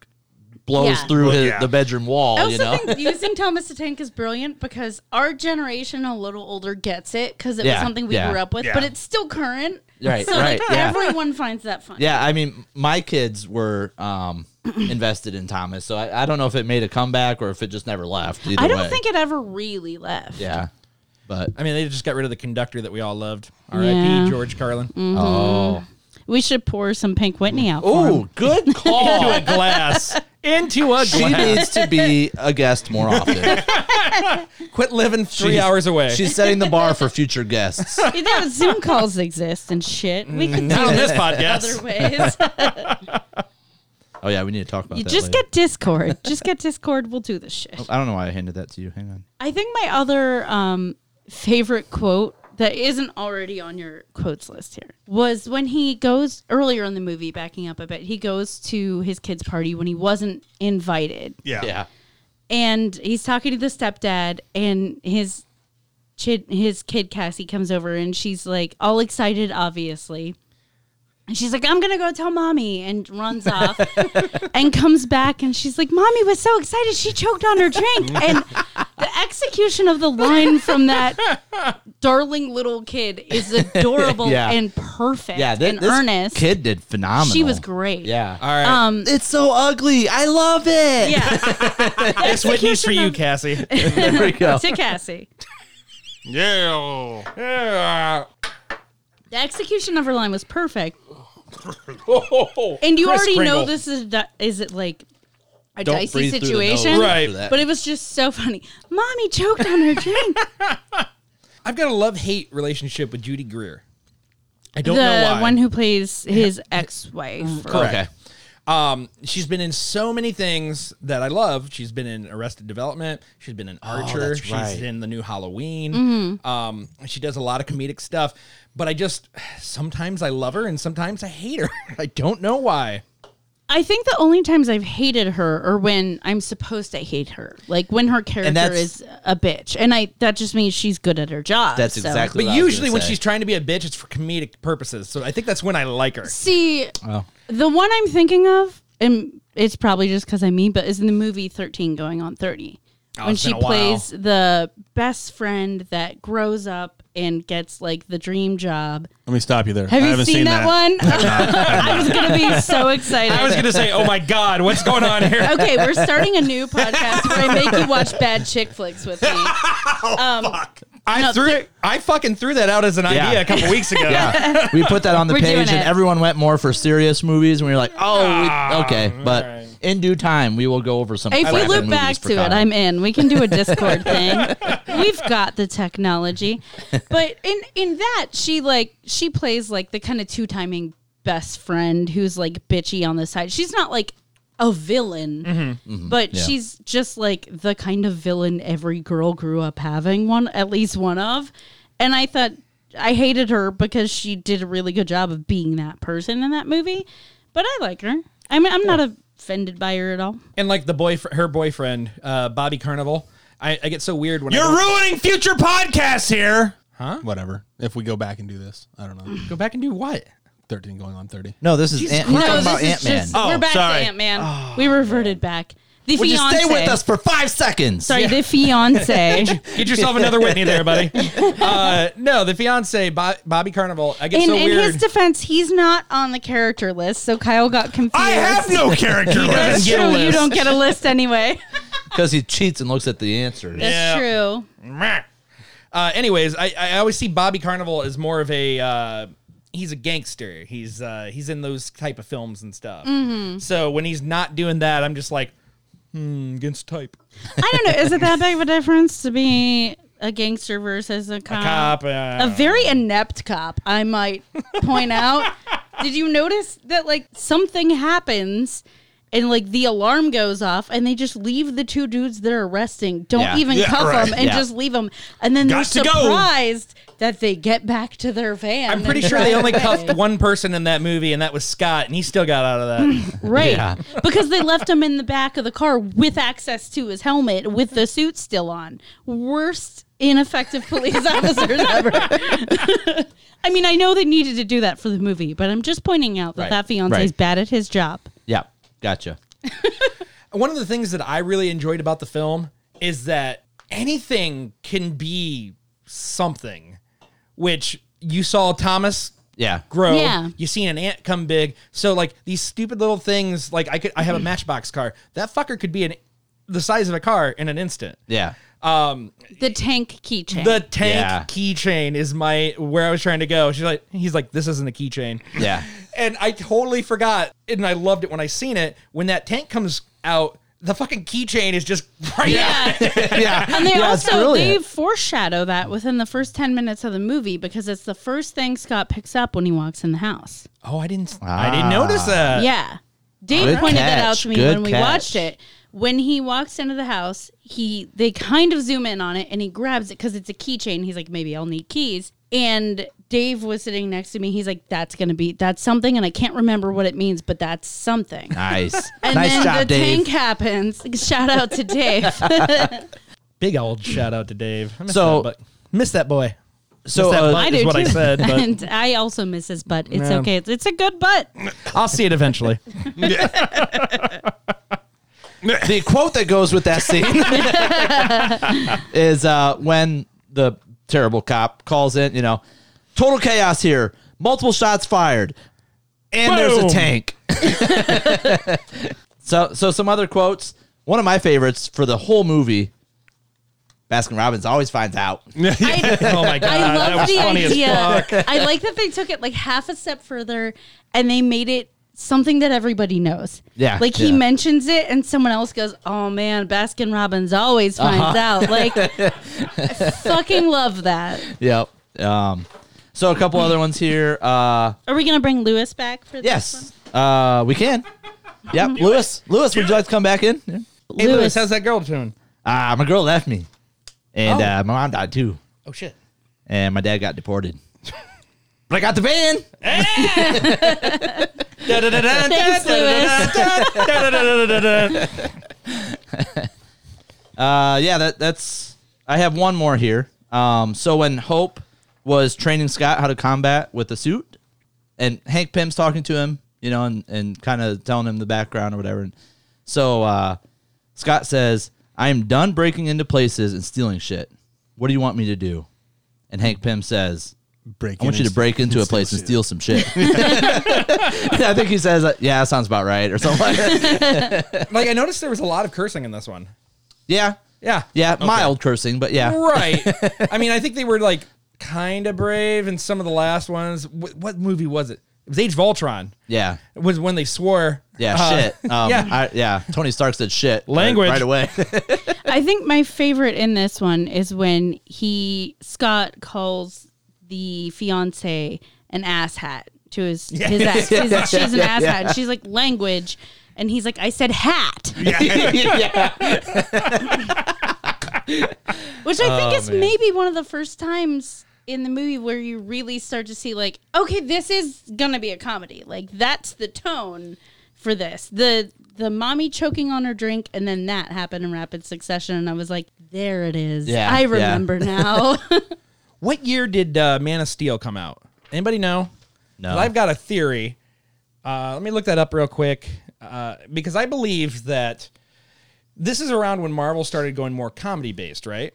blows Yeah. through his, yeah. the bedroom wall. I also you know, think using Thomas the Tank is brilliant because our generation, a little older, gets it because it Yeah, was something we yeah, grew up with, yeah. but it's still current. Right, so like, right, yeah. everyone finds that fun. Yeah, I mean, my kids were um, (clears throat) invested in Thomas, so I, I don't know if it made a comeback or if it just never left. Either I don't way. think it ever really left. Yeah, but I mean, they just got rid of the conductor that we all loved. R.I.P. Yeah. George Carlin. oh, We should pour some Pink Whitney out. for him. oh, (laughs) good into call. a glass. Into a she needs to be a guest more (laughs) often. Quit living three She's- hours away. She's setting the bar for future guests. You know, Zoom calls exist and shit. We can not do on it this other podcast. ways. Oh yeah, we need to talk about you that. just later. get Discord. Just get Discord. We'll do this shit. I don't know why I handed that to you. Hang on. I think my other um, favorite quote that isn't already on your quotes list here was when he goes earlier in the movie, backing up a bit, he goes to his kid's party when he wasn't invited. yeah. Yeah, and he's talking to the stepdad and his chid, his kid Cassie comes over and she's like all excited obviously and she's like I'm gonna go tell mommy and (laughs) runs off and comes back and she's like mommy was so excited she choked on her drink and the execution of the line from that darling little kid (laughs) is adorable Yeah. and perfect yeah. thi- and this earnest kid did phenomenal. she was great Yeah. all right. um It's so ugly. I love it. (laughs) yeah this Whitney's for execution (laughs) you, of- Cassie. There we go. to Cassie Yeah. The execution of her line (laughs) was perfect. and you Kris already Kringle. know this is a di- is it like a Don't dicey breathe through the nose situation, Right. after that. But it was just so funny. Mommy choked on her drink. I've got a love hate relationship with Judy Greer. (laughs) I the don't know why. one who plays his ex-wife. Correct. Okay. Um, she's been in so many things that I love. She's been in Arrested Development. She's been in Archer. that's she's right. in the new Halloween. Mm-hmm. Um, she does a lot of comedic stuff. (laughs) But I just sometimes I love her and sometimes I hate her. I don't know why. I think the only times I've hated her are when I'm supposed to hate her, like when her character that's- is a bitch, and I that just means she's good at her job. That's so. exactly. But what I was gonna usually when say. she's trying to be a bitch, it's for comedic purposes. So I think that's when I like her. See, the one I'm thinking of, and it's probably just because I'm mean, but is in the movie 13 going on 30. when Oh, it's she been a while. plays the best friend that grows up and gets like the dream job. Let me stop you there. Have I you haven't seen, (laughs) that, (laughs) one? I was going to be so excited. I was gonna say, oh my god, what's going on here? Okay, we're starting a new podcast where I make you watch bad chick flicks with (laughs) me. Oh, Um, I No, threw it. I fucking threw that out as an Yeah. idea a couple weeks ago. yeah, we put that on the We're doing page, and it. everyone went more for serious movies. And we were like, "Oh, we- Ah, okay," but in due time, we will go over some. If we classic look movies back for to it, Kyle. I'm in. We can do (laughs) a Discord thing. We've got the technology. But in in that, she like she plays like the kind of two timing best friend who's like bitchy on the side. She's not like a villain, but Yeah. she's just like the kind of villain every girl grew up having one, at least one of. And I thought I hated her because she did a really good job of being that person in that movie. But I like her. I mean, I'm not offended by her at all. And like the boyfriend, her boyfriend, uh, Bobby Carnival. I, I get so weird when I You're go- ruining future podcasts here. Huh? Whatever. If we go back and do this, I don't know. go back and do what? (laughs) 13 going on 30. no, this is Ant- he's talking about Ant Man. Oh, we're back sorry. to Ant Man. we reverted back. The Would you fiance. stay with us for five seconds? (laughs) Sorry, the fiance. Get yourself another Whitney there, buddy. Uh, no, the fiance, Bo- Bobby Carnival. I get In, so in weird. his defense, he's not on the character list, so Kyle got confused. I have no character (laughs) That's list. true. You don't get a list anyway. because he cheats and looks at the answers. That's Yeah. true. Uh, anyways, I, I always see Bobby Carnival as more of a uh, he's a gangster. He's uh, he's in those type of films and stuff. So when he's not doing that, I'm just like, hmm, against type. I don't know. Is it that big of a difference to be a gangster versus a cop? Cop. uh, a very inept cop, I might point out. Did you notice that like something happens and like the alarm goes off and they just leave the two dudes they're arresting, don't Yeah. even Yeah, cuff right. them and Yeah. just leave them. And then Got to they're go. surprised that they get back to their van. I'm and pretty sure drive they only away. cuffed one person in that movie, and that was Scott, and he still got out of that. Right. (laughs) Because they left him in the back of the car with access to his helmet with the suit still on. Worst ineffective police (laughs) officers ever. I mean, I know they needed to do that for the movie, but I'm just pointing out that Right. that fiance is Right. bad at his job. Yeah, gotcha. one of the things that I really enjoyed about the film is that anything can be something, which you saw Thomas Yeah, grow. Yeah. You seen an ant come big. So like these stupid little things, like I could I have a Mm-hmm. matchbox car. That fucker could be an the size of a car in an instant. yeah. The tank keychain. The tank Yeah. keychain is my where I was trying to go. She's like he's like, this isn't a keychain. (laughs) Yeah. And I totally forgot, and I loved it when I seen it. When that tank comes out, the fucking keychain is just (laughs) right out. yeah. (laughs) yeah. And they Yeah, it's also they brilliant. foreshadow that within the first ten minutes of the movie because it's the first thing Scott picks up when he walks in the house. Oh, I didn't I didn't Ah. notice that. Yeah. Dave Uh, Good pointed that out catch. to me Good when we catch. watched it. When he walks into the house, he they kind of zoom in on it and he grabs it because it's a keychain. He's like, maybe I'll need keys. And Dave was sitting next to me. He's like, that's gonna be that's something, and I can't remember what it means, but that's something. Nice. And nice then job, the Dave. tank happens. Shout out (laughs) to Dave. (laughs) Big old shout out to Dave. I miss So- that, but miss that boy. so that uh, button. I Is do what too. I said, but- and I also miss his butt. It's okay. It's, it's a good butt. I'll see it eventually. the quote that goes with that scene (laughs) is uh, when the terrible cop calls in, you know, total chaos here, multiple shots fired, and Boom. there's a tank. (laughs) so, so some other quotes. One of my favorites for the whole movie. Baskin Robbins always finds out. I, (laughs) Oh my god, I that love was the funny as fuck. (laughs) idea. I like that they took it like half a step further and they made it something that everybody knows. Yeah, Like he yeah. mentions it and someone else goes, Oh man, Baskin Robbins always Uh-huh. finds (laughs) out. Like I fucking love that. Yep. Um, so a couple other ones here. Uh, Are we gonna bring Lewis back for yes, this uh, we can. Yep. Lewis, Lewis, would you like to come back in? Yeah. one? Hey Lewis, how's that girl doing? Uh, my girl left me, and uh, my mom died too, Oh shit. and my dad got deported. but I got the van. Thanks, Lewis. Uh, yeah, that that's. I have one more here. Um, so when Hope was training Scott how to combat with the suit, and Hank Pym's talking to him, you know, and, and kind of telling him the background or whatever. And so uh, Scott says, "I am done breaking into places and stealing shit. What do you want me to do?" And Hank Pym says, Break "I want in you to and break steal- into a steal place and shit." steal some shit." (laughs) I think he says, uh, "Yeah, that sounds about right," or something. like (laughs) that. like I noticed there was a lot of cursing in this one. Yeah, Yeah. yeah, mild cursing, but yeah. Right. I mean, I think they were like kind of brave in some of the last ones. What, what movie was it? It was Age of Ultron. Yeah. It was when they swore. Yeah, Uh, shit. Um, yeah. yeah. I, yeah, Tony Stark said shit. right- Language. Right, (laughs) away. I think my favorite in this one is when he Scott calls the fiance an asshat to his his ass. He's (laughs) like, she's an asshat. And she's like language, and he's like, I said hat, which I Oh, think is maybe one of the first times in the movie where you really start to see like, okay, this is gonna be a comedy. Like that's the tone for this. The the mommy choking on her drink and then that happened in rapid succession and I was like, there it is. Yeah, I yeah. remember (laughs) now. What year did uh, Man of Steel come out? Anybody know? No. 'Cause I've got a theory. Uh, let me look that up real quick uh, because I believe that this is around when Marvel started going more comedy based, right?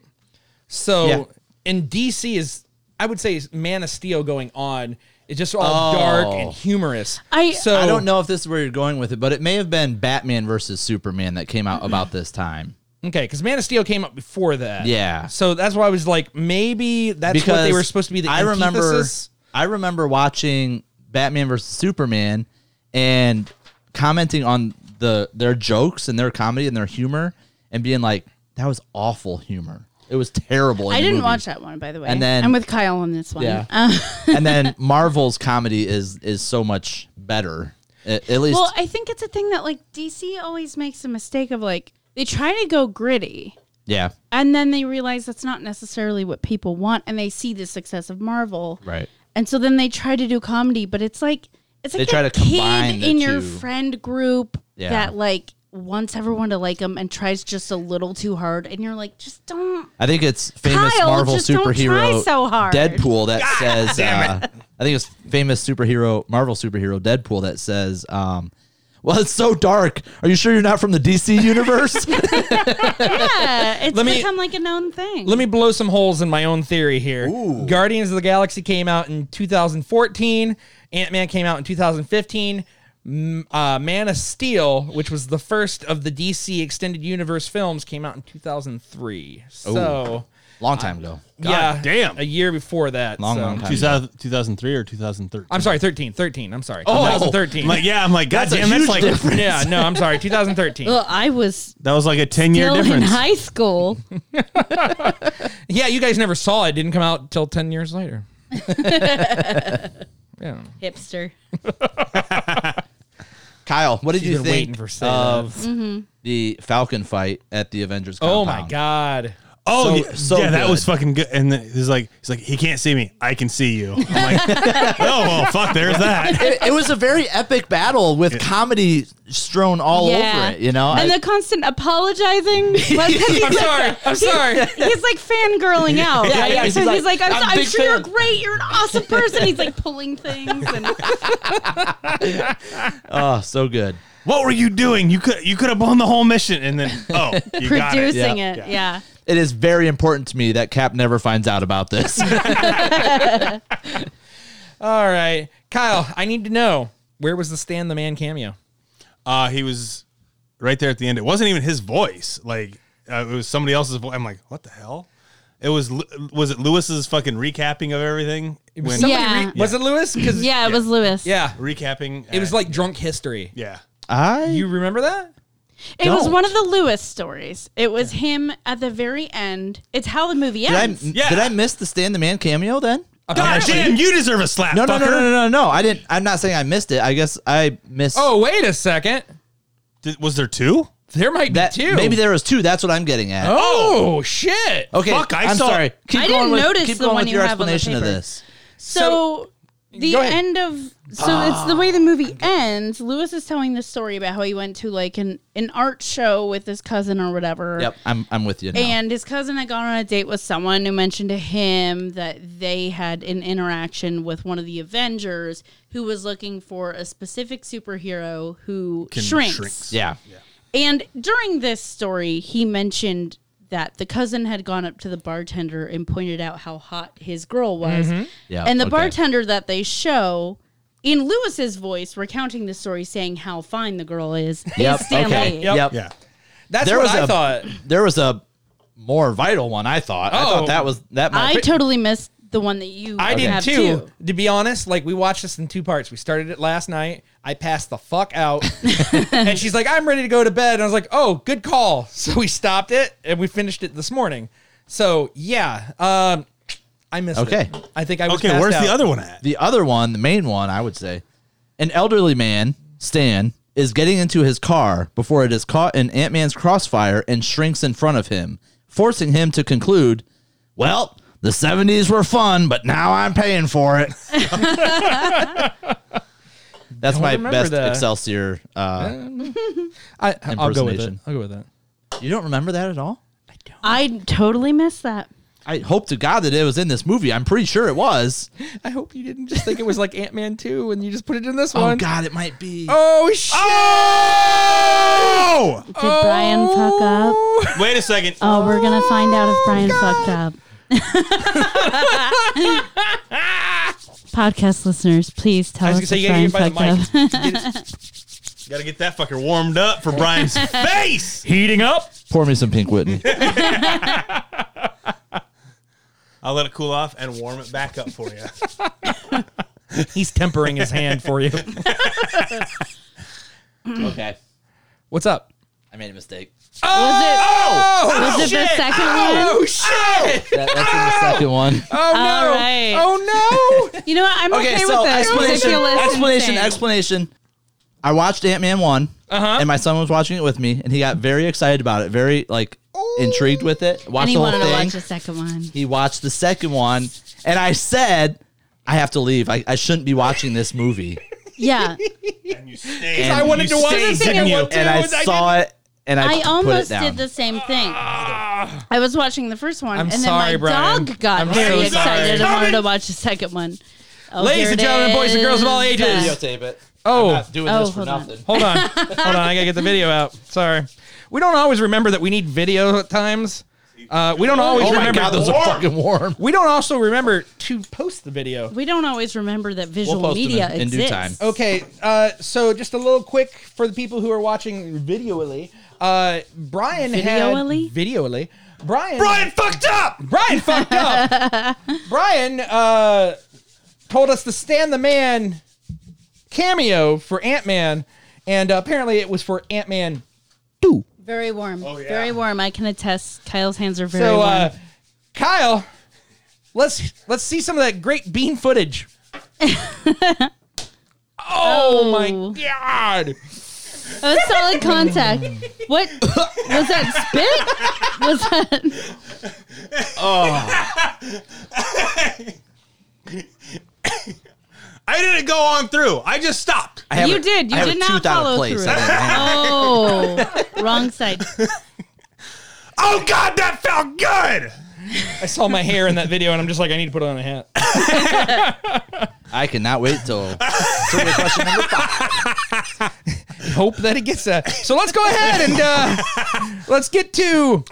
So, Yeah. and DC is, I would say, is Man of Steel going on. It's just all dark Oh. and humorous. I- so I don't know if this is where you're going with it, but it may have been Batman versus Superman that came out about this time. Okay, because Man of Steel came up before that. Yeah. So that's why I was like, maybe that's because what they were supposed to be. The I remember antithesis. I remember watching Batman versus Superman and commenting on the their jokes and their comedy and their humor and being like, that was awful humor. It was terrible. in I the didn't movie." watch that one by the way. And then- I'm with Kyle on this one. Yeah. Uh, and then Marvel's comedy is is so much better. At, at least Well, I think it's a thing that like DC always makes a mistake of like they try to go gritty yeah. and then they realize that's not necessarily what people want and they see the success of Marvel. Right. And so then they try to do comedy, but it's like it's They like try that to combine kid the in your two. friend group Yeah. that like wants everyone to like him and tries just a little too hard and you're like just don't (laughs) I think it's famous Kyle, Marvel just don't try superhero so hard. Deadpool that says. Uh, I think it's famous superhero Marvel superhero Deadpool that says. Um, well, it's so dark. Are you sure you're not from the DC (laughs) universe? yeah, it's Let me- become like a known thing. Let me blow some holes in my own theory here. Guardians of the Galaxy came out in 2014. Ant Man came out in 2015. M- Uh, Man of Steel, which was the first of the DC extended universe films, came out in 2003. So, Long time ago. yeah, damn. a year before that. Long, so. long time. 2000 2003 or 2013. I'm sorry, 13, 13. I'm sorry, oh, 2013. I'm like, yeah, I'm (laughs) like, God a damn, that's huge like difference. (laughs) yeah, no, I'm sorry, 2013. (laughs) well, I was that was like a 10 year still in difference. high school. Yeah, you guys never saw it. Didn't come out till ten years later. yeah. Hipster. Kyle, what did She's you been think waiting for say of Mm-hmm. the Falcon fight at the Avengers? Oh my compound? god. Oh, So- yeah, so yeah, that good. was fucking good. And then he's like, he's like, he can't see me. I can see you. I'm like, (laughs) oh well, fuck. There's (laughs) that. It, it was a very epic battle with comedy strewn all over it. You know, and I- the constant (laughs) apologizing. Like, he's I'm like- sorry. I'm (laughs) sorry. He's like fangirling out. Yeah, yeah, So he's he's like, like, I'm, "I'm a I'm big sure you're fan." great. You're an (laughs) awesome person. He's like pulling things and oh, so good. What were you doing? You could you could have blown the whole mission. And then oh, you got it. producing Yeah. it. Yeah. It is very important to me that Cap never finds out (laughs) about this. All right. Kyle, I need to know where was the Stan the Man cameo? Uh, he was right there at the end. It wasn't even his voice. Like uh, it was somebody else's voice. I'm like, what the hell? It was Lu- was it Lewis's fucking recapping of everything when somebody- Somebody Yeah. Was it Lewis? Because yeah. it was Lewis. recapping. It was uh, like drunk history. yeah. I You remember that? It was Don't. one of the Lewis stories. It was him at the very end. It's how the movie did I, ends. Yeah. did I miss the Stan the Man cameo then? God damn, you deserve a slap. No, no, no, fucker. no, no, no, no. I didn't. I'm not saying I missed it. I guess I missed. Oh, wait a second. Did- was there two? There might that be two. maybe there was two. That's what I'm getting at. Oh, shit. okay, fuck, I am saw- sorry. Keep I going didn't with, notice keep the going one with you your have on the explanation of paper. this. so the Go ahead. end of so it's the way the movie ends. Lewis is telling this story about how he went to like an an art show with his cousin or whatever. Yep, I'm I'm with you. Now. And his cousin had gone on a date with someone who mentioned to him that they had an interaction with one of the Avengers who was looking for a specific superhero who Can shrinks. shrinks. yeah, And during this story, he mentioned that the cousin had gone up to the bartender and pointed out how hot his girl was. Mm-hmm. Yeah, And the okay. bartender that they show, in Lewis's voice, recounting the story, saying how fine the girl is, Yep, is Stanley. okay. Yep. Yep. Yeah. That's There what was I a- thought. There was a more vital one. I thought. I Oh. thought that was that. I Might, totally missed the one that you I did have too, To be honest, like we watched this in two parts. We started it last night. I passed the fuck (laughs) out, and she's like, "I'm ready to go to bed." And I was like, "Oh, good call." (laughs) So we stopped it and we finished it this morning. So yeah, um, I missed. Okay. it. I think I was. Okay, passed where's out. the other one at? the other one, the main one, I would say, an elderly man, Stan, is getting into his car before it is caught in Ant Man's crossfire and shrinks in front of him, forcing him to conclude, "Well, the '70s were fun, but now I'm paying for it." That's my remember best that. Excelsior. Uh, I, I'll go with it. impersonation. I'll go with it. you don't remember that at all? I totally missed that. I hope to God that it was in this movie. I'm pretty sure it was. I hope you didn't just think it was like Ant Man two, and you just put it in this Oh one. God, it might be. Oh shit! Oh! Did Brian fuck up? (laughs) Wait a second. Oh, we're gonna find out if Brian Oh, fucked up. Podcast listeners, please tell I was us gonna say if you Brian gotta get fucked by (laughs) the up. mic. Got to get that fucker warmed up for Brian's face. Heating up. Pour me some Pink (laughs) Whitney. I'll let it cool off and warm it back up for you. He's tempering his hand for you. okay, (laughs) What's up? I made a mistake. Was it, was Oh, it the shit. second one? Oh shit! That, that's in the second one. Oh no! All right. (laughs) Oh no! You know what? I'm okay, okay, with so that. explanation, explanation, explanation. explanation. I watched Ant Man one, Uh-huh. and my son was watching it with me, and he got very excited about it, very like intrigued with it. And Watched he the whole wanted thing. to watch the second one. he watched the second one, and I said, "I have to leave. I, I shouldn't be watching this movie." (laughs) Yeah, and you stay. And I wanted you to watch stayed, the second didn't you? one, too, and I and I saw it, and I, I put almost it down. did the same thing. I was watching the first one, Ah. I'm and then sorry, my Brian. dog got I'm very so sorry. excited and Stop wanted it. to watch the second one. Oh, Ladies here and it gentlemen, boys and girls of all is. ages. Videotape it. Oh. I'm not doing Oh, this for hold on. nothing. Hold on. Hold on. I got to get the video out. Sorry. We don't always remember that we need video at times. Uh, we don't always Oh my remember. god, those are fucking warm. we don't also remember to post the video. We don't always remember that visual post them media in- in due exists. time. Okay. Uh, so just a little quick for the people who are watching videoily. Uh, Brian Videoily? had videoily. Brian. Brian fucked up. Brian fucked up. (laughs) Brian uh, told us to stand the man cameo for Ant Man, and uh, apparently it was for Ant Man two. Very warm. Very warm. I can attest. Kyle's hands are very So, warm. uh, Kyle, let's let's see some of that great bean (laughs) footage. oh, my god! that was solid contact. What was that? Spit? Was that? I didn't go on through. I just stopped. I have You a- did. You I have did a not tooth out of follow place. through. I didn't- Oh, wrong side. Oh God, that felt good. I saw my hair in that video, and I'm just like, I need to put on a hat. I cannot wait (laughs) till trivia question number five. Hope that it gets that. So let's go ahead and uh, let's get to.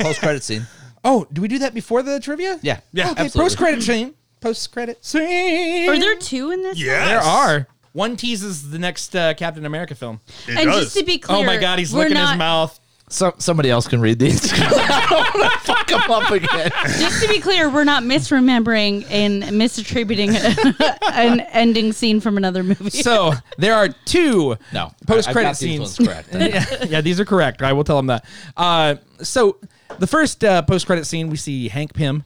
Post credit scene. Oh, do we do that before the trivia? Yeah. Yeah. Okay, absolutely. post credit scene. Post credit scene. Are there two in this? Yes. There are. One teases the next uh, Captain America film. It And does. just to be clear, oh my God, he's we're licking not, his mouth. So, somebody else can read these. (laughs) I don't wanna fuck 'em up again. Just to be clear, we're not misremembering and misattributing (laughs) an ending scene from another movie. So there are two No. post I- I've credit got these ones scenes. (laughs) correct. (laughs) yeah, these are correct. I will tell them that. Uh, so the first uh, post credit scene, we see Hank Pym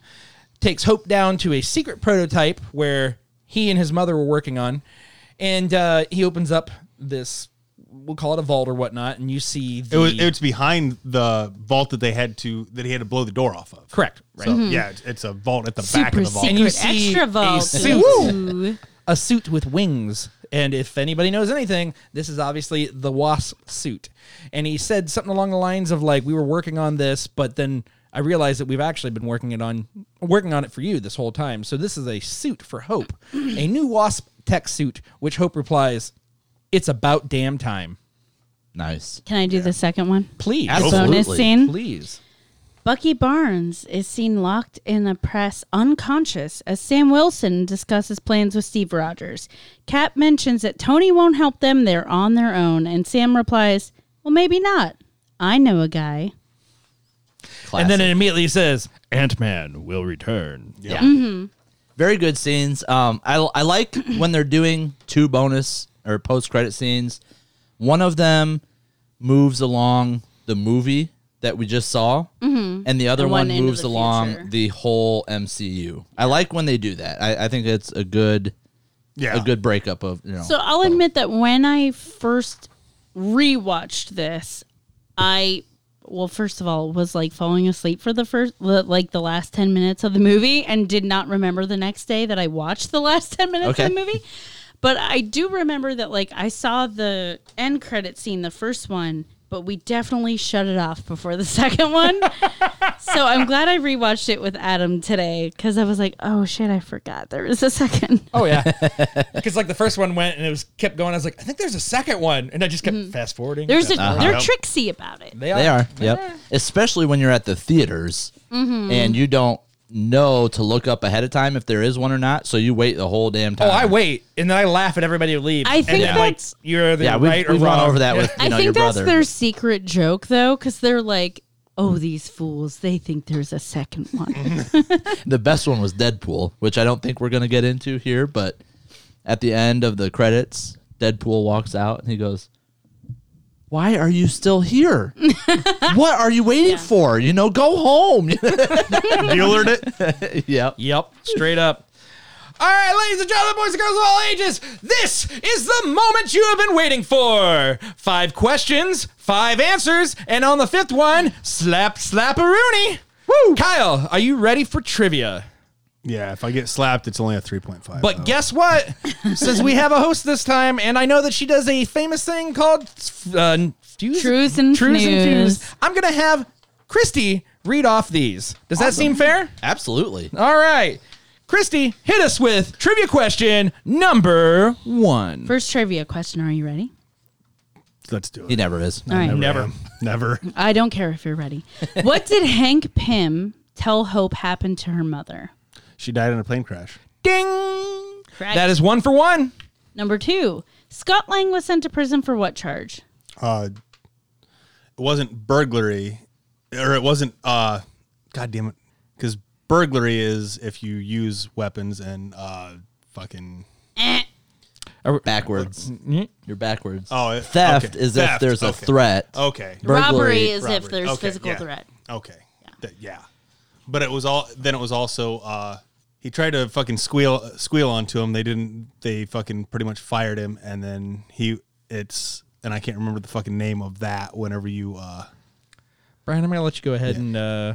takes Hope down to a secret prototype where he and his mother were working on, and uh, he opens up this. We'll call it a vault or whatnot, and you see the It was, it's behind the vault that they had to that he had to blow the door off of. correct, right? So, Yeah, it's, it's a vault at the back of Mm-hmm. Super the vault. And you secret see extra a vault. suit. Ooh. a suit with wings. And if anybody knows anything, this is obviously the wasp suit. And he said something along the lines of like, "We were working on this, but then I realized that we've actually been working it on, working on it for you this whole time. So this is a suit for Hope, a new wasp tech suit." Which Hope replies, "It's about damn time, Nice. Can I do the second one? please, The Bonus Absolutely. scene. please." Bucky Barnes is seen locked in a press unconscious as Sam Wilson discusses plans with Steve Rogers. Cap mentions that Tony won't help them, they're on their own, and Sam replies, Well, maybe not. I know a guy. Classic. And then it immediately says, Ant Man will return. Yeah. Very good scenes. Um, I, I (clears throat) like when they're doing two bonus or post credit scenes. One of them moves along the movie that we just saw, and the other Mm-hmm. And one one, into moves the along future. the whole MCU. I like when they do that. I, I think it's a good Yeah. a good breakup of you know. So I'll admit that when I first rewatched this, I well, first of all, was like falling asleep for the first the- like the last 10 minutes of the movie and did not remember the next day that I watched the last (laughs) 10 minutes Okay. of the movie. But I do remember that like I saw the end credit scene, the first one, but we definitely shut it off before the (laughs) second one. so I'm glad I rewatched it with Adam today cuz I was like, "Oh shit, I forgot there was a second. Oh (laughs) yeah, because like the first one went and it was kept going. I was like, I think there's a second one, and I just Mm-hmm. kept fast forwarding. There's a they're Yep. tricksy about it. They are. Yep. Especially when you're at the theaters Mm-hmm. and you don't know to look up ahead of time if there is one or not, so you wait the whole damn time. Oh, I wait, and then I laugh at everybody who leaves. I think and then, like, that's- you're either Yeah, we've, right or we've wrong. run over that with you I know, your think that's brother. their secret joke though, because they're like, "Oh, these fools! They think there's a second one." the best one was Deadpool, which I don't think we're gonna get into here, but at the end of the credits, Deadpool walks out and he goes, "Why are you still here? what are you waiting for? You know, go home." (laughs) You learned it. yep. (laughs) Yep, straight up. All right, ladies and gentlemen, boys and girls of all ages, this is the moment you have been waiting for. Five questions, five answers, and on the fifth one, slap slapperoonie. Woo! Kyle, are you ready for trivia? Yeah. If I get slapped, it's only a 3.5. But though. guess what? Since we have a host this time, and I know that she does a famous thing called uh, Fuse- Trues and Fnews. Fnews, I'm gonna have Christy read off these. Does that seem fair? Absolutely. All right, Christy, hit us with trivia question number one. First trivia question: Are you ready? let's do He it. never is. All right, Never. (laughs) Never. I don't care if you're ready. what did Hank Pym tell Hope happened to her mother? She died in a plane crash. Ding. Correct. That is one for one. Number two, Scott Lang was sent to prison for what charge? Uh, it wasn't burglary, or it wasn't. Uh, God damn it, because burglary is if you use weapons and uh, fucking. Uh, Backwards. You're backwards. Oh, it- theft okay. is if Theft, there's a okay. Oh, threat. Okay. Robbery is if Robbery. there's Okay, physical yeah. threat. Okay. That- yeah. But it was all. Then it was also. Uh, he tried to fucking squeal squeal onto him. They didn't. They fucking pretty much fired him, and then he. It's and I can't remember the fucking name of that. Whenever you. Uh, Brian, I'm gonna let you go ahead and uh,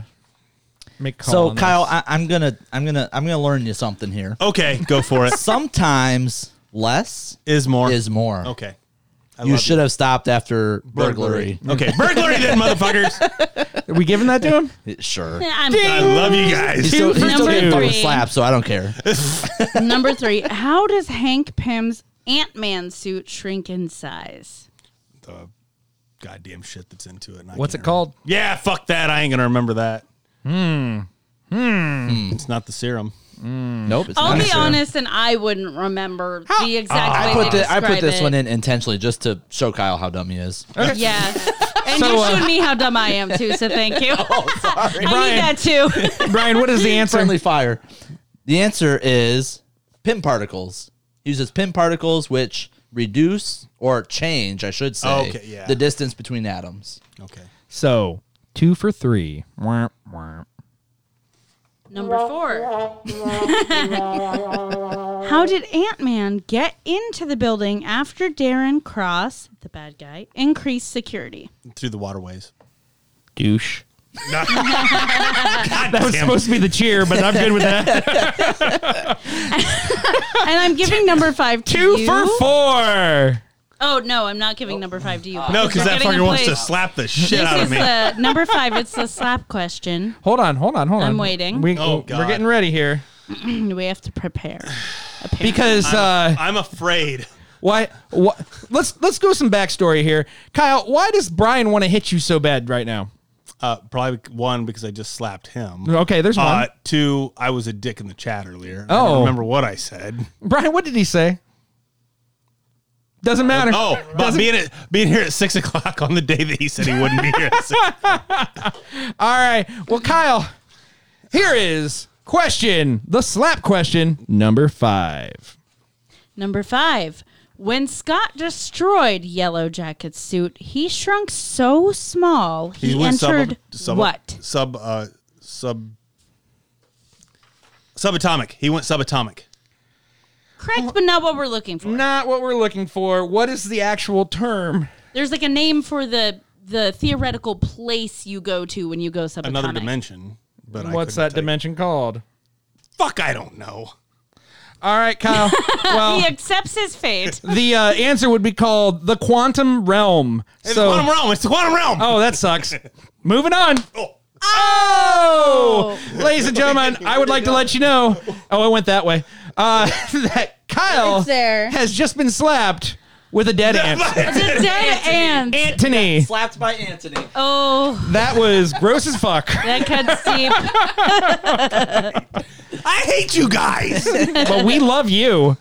make call. So on Kyle, this. I, I'm gonna I'm gonna I'm gonna learn you something here. okay, go for it. Sometimes less (laughs) Is more. is more. Okay. I You love should have stopped after burglary. Okay, burglary (laughs) then, motherfuckers. are we giving that to him? (laughs) Sure. I'm I love you guys. He's still, he's still Number getting fucking three. slapped, so I (laughs) don't care. (laughs) Number three, how does Hank Pym's Ant Man suit shrink in size? The goddamn shit that's into it. and I What's it can't called? remember. Yeah, fuck that. I ain't gonna remember that. Hmm. Hmm. It's not the serum. Nope. It's I'll not be sure. honest, and I wouldn't remember the exact way I they put the, I put describe this it. one in intentionally just to show Kyle how dumb he is. Yeah, and you showed me how dumb I am too. So thank you. I Brian. need that too. Brian, (laughs) what is the answer? Friendly fire. The answer is pin particles. He uses pin particles which reduce or change, I should say, Okay, yeah. the distance between atoms. Okay. So two for three. Womp, womp. (laughs) Number four. (laughs) How did Ant Man get into the building after Darren Cross, the bad guy, increased security? (laughs) Through the waterways. Douche. That was supposed to be the cheer, but I'm good with that. and I'm giving number five to Two you. for four. Oh no, I'm not giving number five to (laughs) you. Oh. No, because We're that getting fucker wants to employed. slap the shit This out is of me. the number five. It's the slap question. (clears throat) Hold on, hold on, hold on. I'm waiting. We, Oh, We're God. getting ready here we have to prepare. apparently. because uh, I'm afraid. why? What? Let's let's go some backstory here, Kyle. Why does Brian want to hit you so bad right now? Uh, probably one because I just slapped him. Okay, there's one. Uh, two, I was a dick in the chat earlier. I Oh. don't remember what I said. Brian, what did he say? Doesn't matter. (laughs) Oh, but being at, being here at six (laughs) o'clock on the day that he said he wouldn't be here. At six. All right. Well, Kyle, here is question the slap question number five. Number five. When Scott destroyed Yellow Jacket's suit, he shrunk so small he, entered what? Sub uh, sub subatomic. He went subatomic. Correct, but not what we're looking for. Not what we're looking for. What is the actual term? There's like a name for the the theoretical place you go to when you go subatomic. Another dimension. But I What's couldn't that tell you. dimension called? Fuck, I don't know. All right, (laughs) Kyle. Well, He accepts his (laughs) fate. the uh, answer would be called the quantum realm. It's so, quantum realm. It's the quantum realm. oh, Ah, that sucks. Moving on. Oh. Oh, ladies and gentlemen, I would like to let you know. Oh, I went that way. Uh, (laughs) that Kyle It's there. has just been slapped with a (laughs) dead ant. It's a dead end. Antony, Slapped by Anthony. Oh, that was gross as fuck. that cuts deep. I hate you guys. but we love you.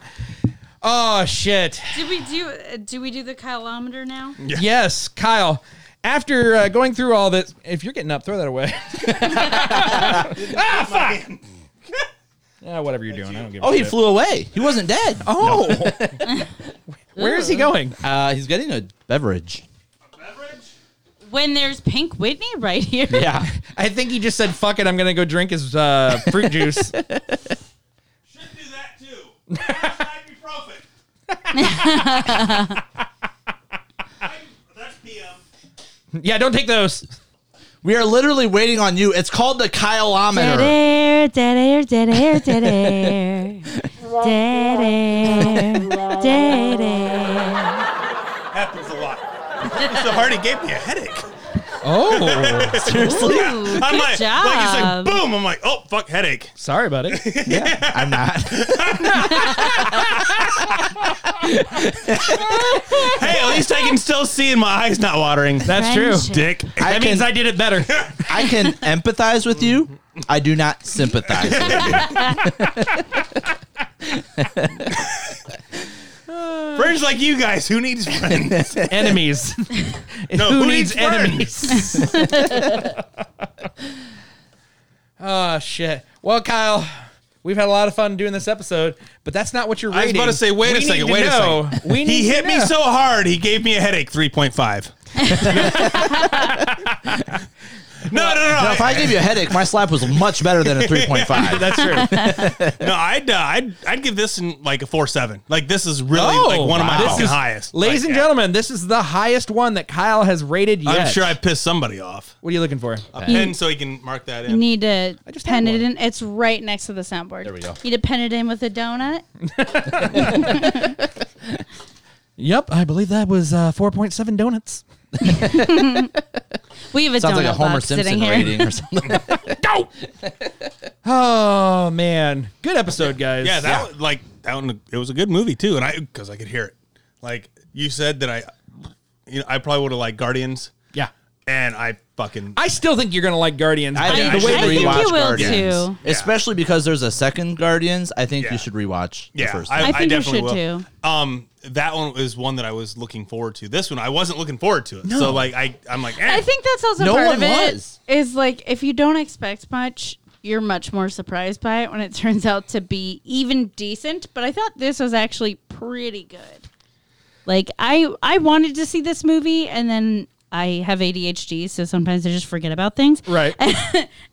Oh shit. Did we (laughs) do? uh, Do we do the kilometer now? Mm. Yes, Kyle. After uh, going through all this, if you're getting up, throw that away. (laughs) ah, fuck. yeah, Ah, whatever you're doing, I don't give. A (laughs) Oh, he shit. flew away. He wasn't dead. Oh. Where is he going? Uh, he's getting a beverage. When there's Pink Whitney right here. Yeah, I think he just said, "Fuck it, I'm gonna go drink his uh, (laughs) fruit juice." Should do that too. Ibuprofen. (laughs) That's PM. yeah, don't take those. We are literally waiting on you. It's called the Kyleometer. Dead air, dead air, dead air, dead air. (laughs) Dead air, dead air. Happens a lot. so hard it gave me a headache. Oh, (laughs) Seriously? Ooh, I'm good like, job. like it's like boom. I'm like, oh fuck, headache. sorry about it. I'm not. Hey, at least I can still see and my eyes not watering. That's true. Friendship. dick. I That means can- I did it (laughs) better. I can empathize with you. I do not sympathize with (laughs) you. Friends like you guys, who needs friends? (laughs) enemies. No, who needs enemies? (laughs) (laughs) oh shit. Well, Kyle, we've had a lot of fun doing this episode, but that's not what you're I was rating. about to say, We wait a need second, to wait a know. second. We need he to hit me know. so hard, he gave me a headache. Three point five. no, no, no. Now, if I I, gave you a headache, my slap was much better than a (laughs) 3.5. That's true. no, I'd, uh, I'd, I'd give this in like a four seven. Like this is really Oh, like one of my wow. fucking This is- highest. Ladies Like, and yeah. gentlemen, this is the highest one that Kyle has rated yet. I'm sure I Uh, pissed somebody off. What are you looking for? A pen so he can mark that You in. need to just pen had it one. in. It's right next to the soundboard. There we go. You need to pen it in with a donut. Yep, I believe that was uh, 4.7 donuts. We have a Sounds donut like a Homer box Simpson sitting here. rating or something. Oh man, good episode, guys. Yeah, that Was, like that one. It was a good movie too, and I because I could hear it. Like you said that I, you know, I probably would have liked Guardians, yeah. and I fucking I still think you're gonna like Guardians. I but think the way I should that think you- you rewatch will Guardians. too. Especially because there's a second Guardians. I think Yeah. you should rewatch the yeah, first I, one. I think you definitely should, will. Um, that one is one that I was looking forward to. This one I wasn't looking forward to it. So like I, I'm like, eh. I think that's also No part one of it. was. Is like if you don't expect much, you're much more surprised by it (laughs) when it turns out to be even decent. But I thought this was actually pretty good. Like I I wanted to see this movie and then I have ADHD, so sometimes I just forget about things. Right.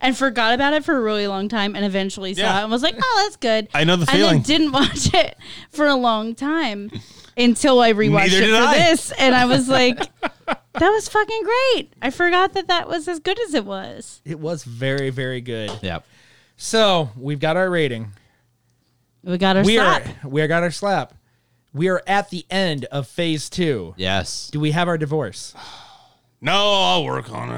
and forgot about it for a really long time and eventually saw Yeah. it and was like, oh, that's good. I know the feeling. And then didn't (laughs) watch it for a long time until I rewatched Neither it did for I. this. And I (laughs) was like, that was fucking great. I forgot that that was as good as it was. It was very, very good. Yep. So we've got our rating. We got our we slap. are we are got our slap. We are at the end of phase two. Yes. Do we have our divorce? No, I'll work on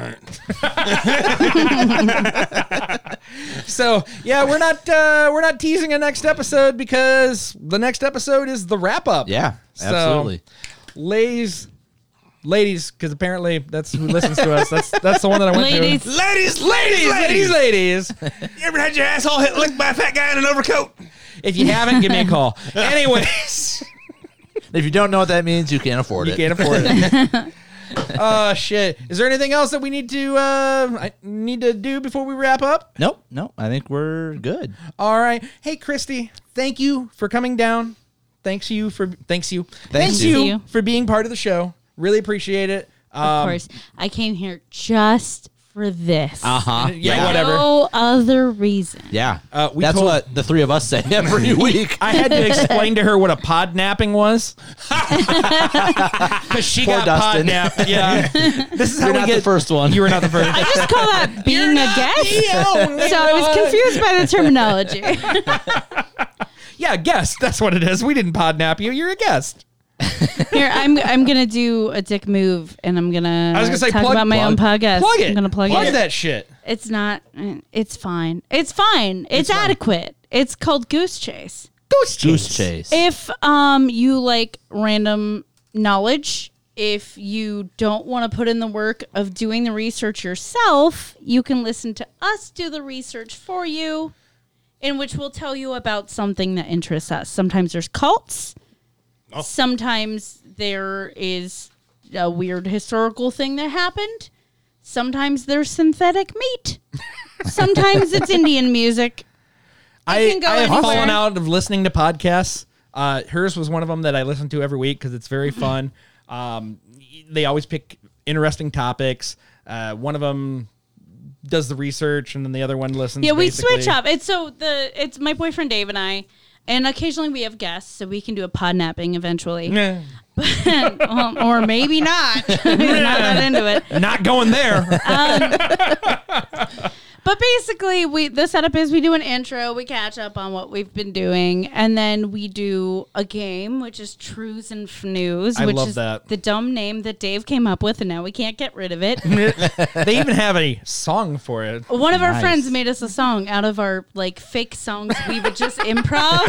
it. (laughs) So yeah, we're not uh, we're not teasing a next episode because the next episode is the wrap up. Yeah. So- Absolutely. ladies, ladies, because apparently that's who listens to us. That's that's the one that I went Ladies. to. ladies, ladies, Ladies, ladies, ladies. You ever had your asshole hit licked by a fat guy in an overcoat? If you haven't, give me a (laughs) call. Anyways, if you don't know what that means, you can't afford you it. can't afford it. (laughs) Oh shit! Is there anything else that we need to uh, I need to do before we wrap up? Nope. Nope. I think we're good. All right. Hey, Christy, thank you for coming down. Thanks you for thanks you thanks, you. you, Thank you. for being part of the show. Really appreciate it. Of Um, course. I came here just for this. Uh-huh. huh. Uh, yeah, whatever. No (laughs) other reason. Yeah. Uh, we That's told- what the three of us (laughs) say (laughs) every week. I had to explain to her what a pod napping (laughs) was. Because she Poor got pod Dustin. (laughs) napped. Yeah. This is how You're we not get. the first one. You were not the first. (laughs) I just call that being a guest. So I was confused by the terminology. (laughs) Yeah, guest. That's what it is. We didn't pod nap you. You're a guest. Here, I'm I'm gonna do a dick move, and I'm gonna I was gonna say talk plug- about my own podcast. Plug it. I'm gonna plug, it. that shit. It's not. It's fine. It's fine. It's, adequate. It's called Goose Chase. Goose chase. Goose chase. If um you like random knowledge, if you don't want to put in the work of doing the research yourself, you can listen to us do the research for you, in which we'll tell you about something that interests us. Sometimes there's cults. Sometimes there is a weird historical thing that happened. Sometimes there's synthetic meat. Sometimes it's Indian music. I, can go I have anywhere. fallen out of listening to podcasts. Uh, hers was one of them that I listen to every week because it's very (laughs) fun. Um, they always pick interesting topics. Uh, one of them does the research, and then the other one listens. Yeah, we basically. (laughs) switch up. It's so the it's my boyfriend Dave and I, and occasionally we have guests, so we can do a pod napping eventually, (laughs) Yeah. Um, or maybe not. (laughs) He's not that into it. Not going (laughs) there. But basically, we the setup is we do an intro, we catch up on what we've been doing, and then we do a game, which is Trues and Fnews, I which love is that. the dumb name that Dave came up with, and now we can't get rid (laughs) of it. they even have a song for it. One of our friends made us a song out of our like fake songs we would just improv.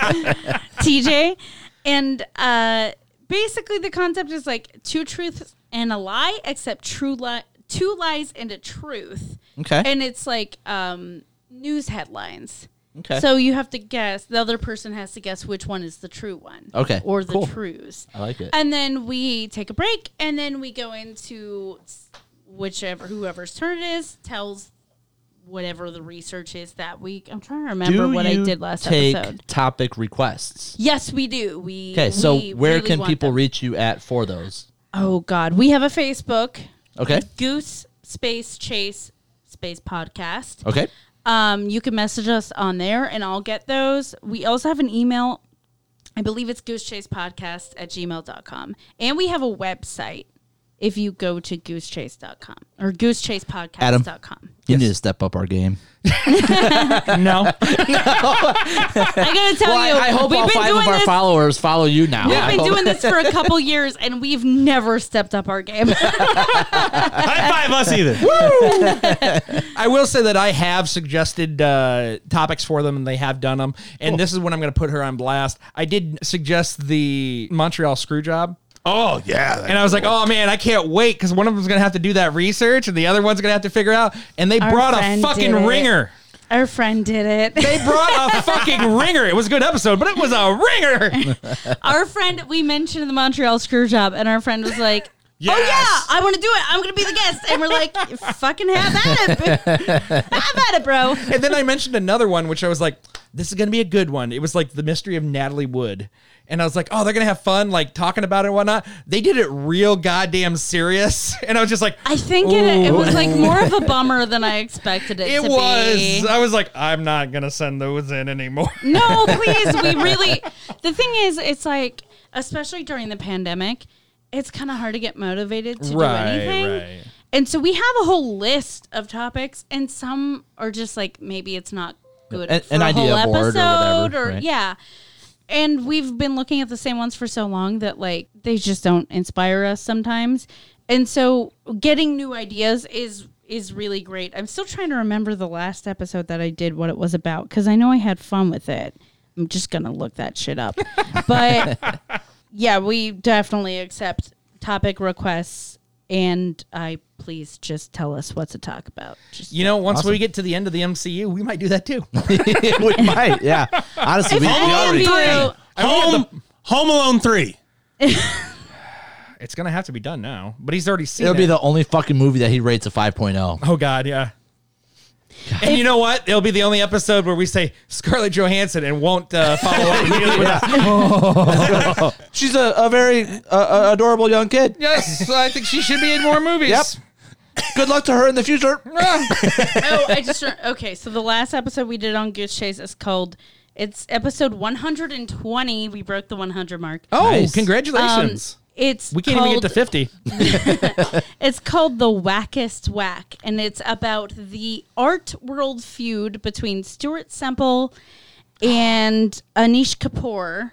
(laughs) TJ. And uh basically the concept is like two truths and a lie, except true li- two lies and a truth. Okay. And it's like um news headlines. Okay. So you have to guess. The other person has to guess which one is the true one. Okay, Or the cool. trues. I like it. And then we take a break, and then we go into s- whichever whoever's turn it is tells whatever the research is that week. I'm trying to remember what I you did last take episode. topic requests. Yes, we do. We Okay, so we where really can want people them. reach you at for those? Oh God, we have a Facebook Okay. Goose Space Chase Space Podcast. Okay. Um, you can message us on there and I'll get those. We also have an email. I believe it's goosechasepodcast at gmail.com. And we have a website if you go to goosechase.com or goosechasepodcast.com. You need to step up our game. No. I (laughs) got to tell you, I, hope we've all been five doing of our this. followers follow you now. We've I been hope- doing this for (laughs) a couple years and we've never stepped up our game. High five us (laughs) either. I will say that I have suggested uh, topics for them, and they have done them. And this is when I'm going to put her on blast. I did suggest the Montreal screw job. Oh yeah. And I was like, oh man, I can't wait because one of them's going to have to do that research and the other one's going to have to figure out. And they Our brought a friend fucking did it. ringer. our friend did it. They brought a fucking ringer. It was a good episode, but it was a ringer. (laughs) our friend we mentioned the Montreal screw job, and our friend was like, Yes. "Oh yeah, I want to do it. I'm gonna be the guest." And we're like, "Fucking have at it, boo. have at it, bro." (laughs) And then I mentioned another one, which I was like, this is going to be a good one. It was like the mystery of Natalie Wood. And I was like, oh, they're going to have fun, like talking about it and whatnot. They did it real goddamn serious. (laughs) And I was just like, I think it, it was like more of a bummer than I expected (laughs) it, It to was. be. I was like, I'm not going to send those in (laughs) anymore. No, please. We really. The thing is, it's like, especially during the pandemic, it's kind of hard to get motivated to Right, do anything. right. And so we have a whole list of topics, and some are just like maybe it's not good An- for an a idea whole board or whatever, episode, right? yeah. And we've been looking at the same ones for so long that like they just don't inspire us sometimes. And so getting new ideas is is really great. I'm still trying to remember the last episode that I did what it was about cuz I know I had fun with it. I'm just going to look that shit up. but yeah, we definitely accept topic requests and I please just tell us what to talk about. Just You know, once Awesome. we get to the end of the MCU, we might do that too. (laughs) we might, yeah. Honestly, we, we already. Andrew- Home, Home Alone three. it's going to have to be done now. But he's already seen It'll it. be the only fucking movie that he rates a 5.0. Oh God, yeah. And you know what? It'll be the only episode where we say Scarlett Johansson and won't uh, follow (laughs) up immediately with us. She's a, a very uh, uh, adorable young kid. Yes, I think she should be in more movies. Yep. Good luck to her in the future. (laughs) oh, I just re- okay. So the last episode we did on Goose Chase is called. It's episode 120. We broke the 100 mark. Oh, Nice. congratulations! It's we can't Um, called, even get to fifty. It's called the Wackest Whack, and it's about the art world feud between (gasps) Stuart Semple and Anish Kapoor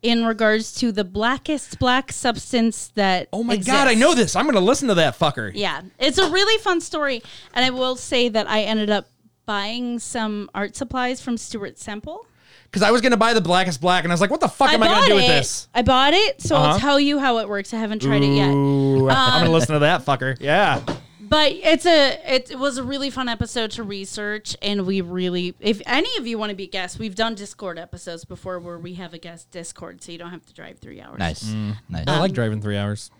in regards to the blackest black substance that. Oh my God, I know this. I'm gonna listen to that fucker. Yeah, it's a really fun story, and I will say that I ended up buying some art supplies from Stuart Semple. Because I was gonna buy the blackest black, and I was like, "What the fuck am I bought gonna do with it. this?" I bought it, so Uh-huh. I'll tell you how it works. I haven't tried it Um, yet, Ooh, I'm gonna listen to that fucker. Yeah. but it's a it, it was a really fun episode to research, and we really if any of you want to be guests, we've done Discord episodes before where we have a guest Discord, so you don't have to drive three hours. Nice. Nice. I like driving three hours.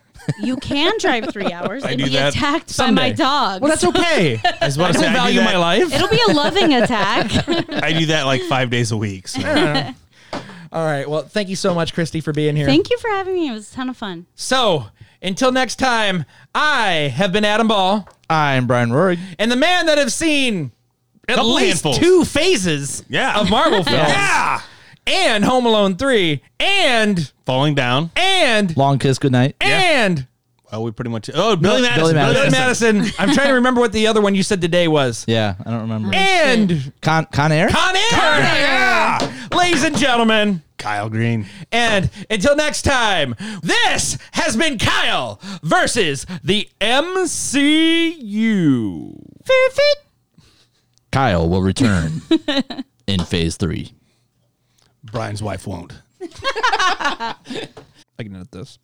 You can drive (laughs) three hours and do be that attacked by someday. my dog. Well, that's (laughs) okay. I was about to say, I do value that- my life. It'll be a (laughs) loving attack. I do that like five days a week. So. All right. Well, thank you so much, Christy, for being here. Thank you for having me. It was a ton of fun. so, until next time, I have been Adam Ball. I'm Brian Rurig. and the man that have seen at Couple least handfuls. two phases Yeah. of Marvel films, yeah. and Home Alone three, and Falling down. and Long kiss, good Eh. night. and Well, we pretty much. Oh, Billy Madison. Billy Madison. Billy Madison. I'm trying to remember what the other one you said today (laughs) was, Yeah, I don't remember. Eh. and Con, Con Air? Con Air, Yeah. ladies and gentlemen. Kyle Green. And until next time, this has been Kyle versus the MCU. Kyle will return in phase three. Brian's wife won't. I can edit this.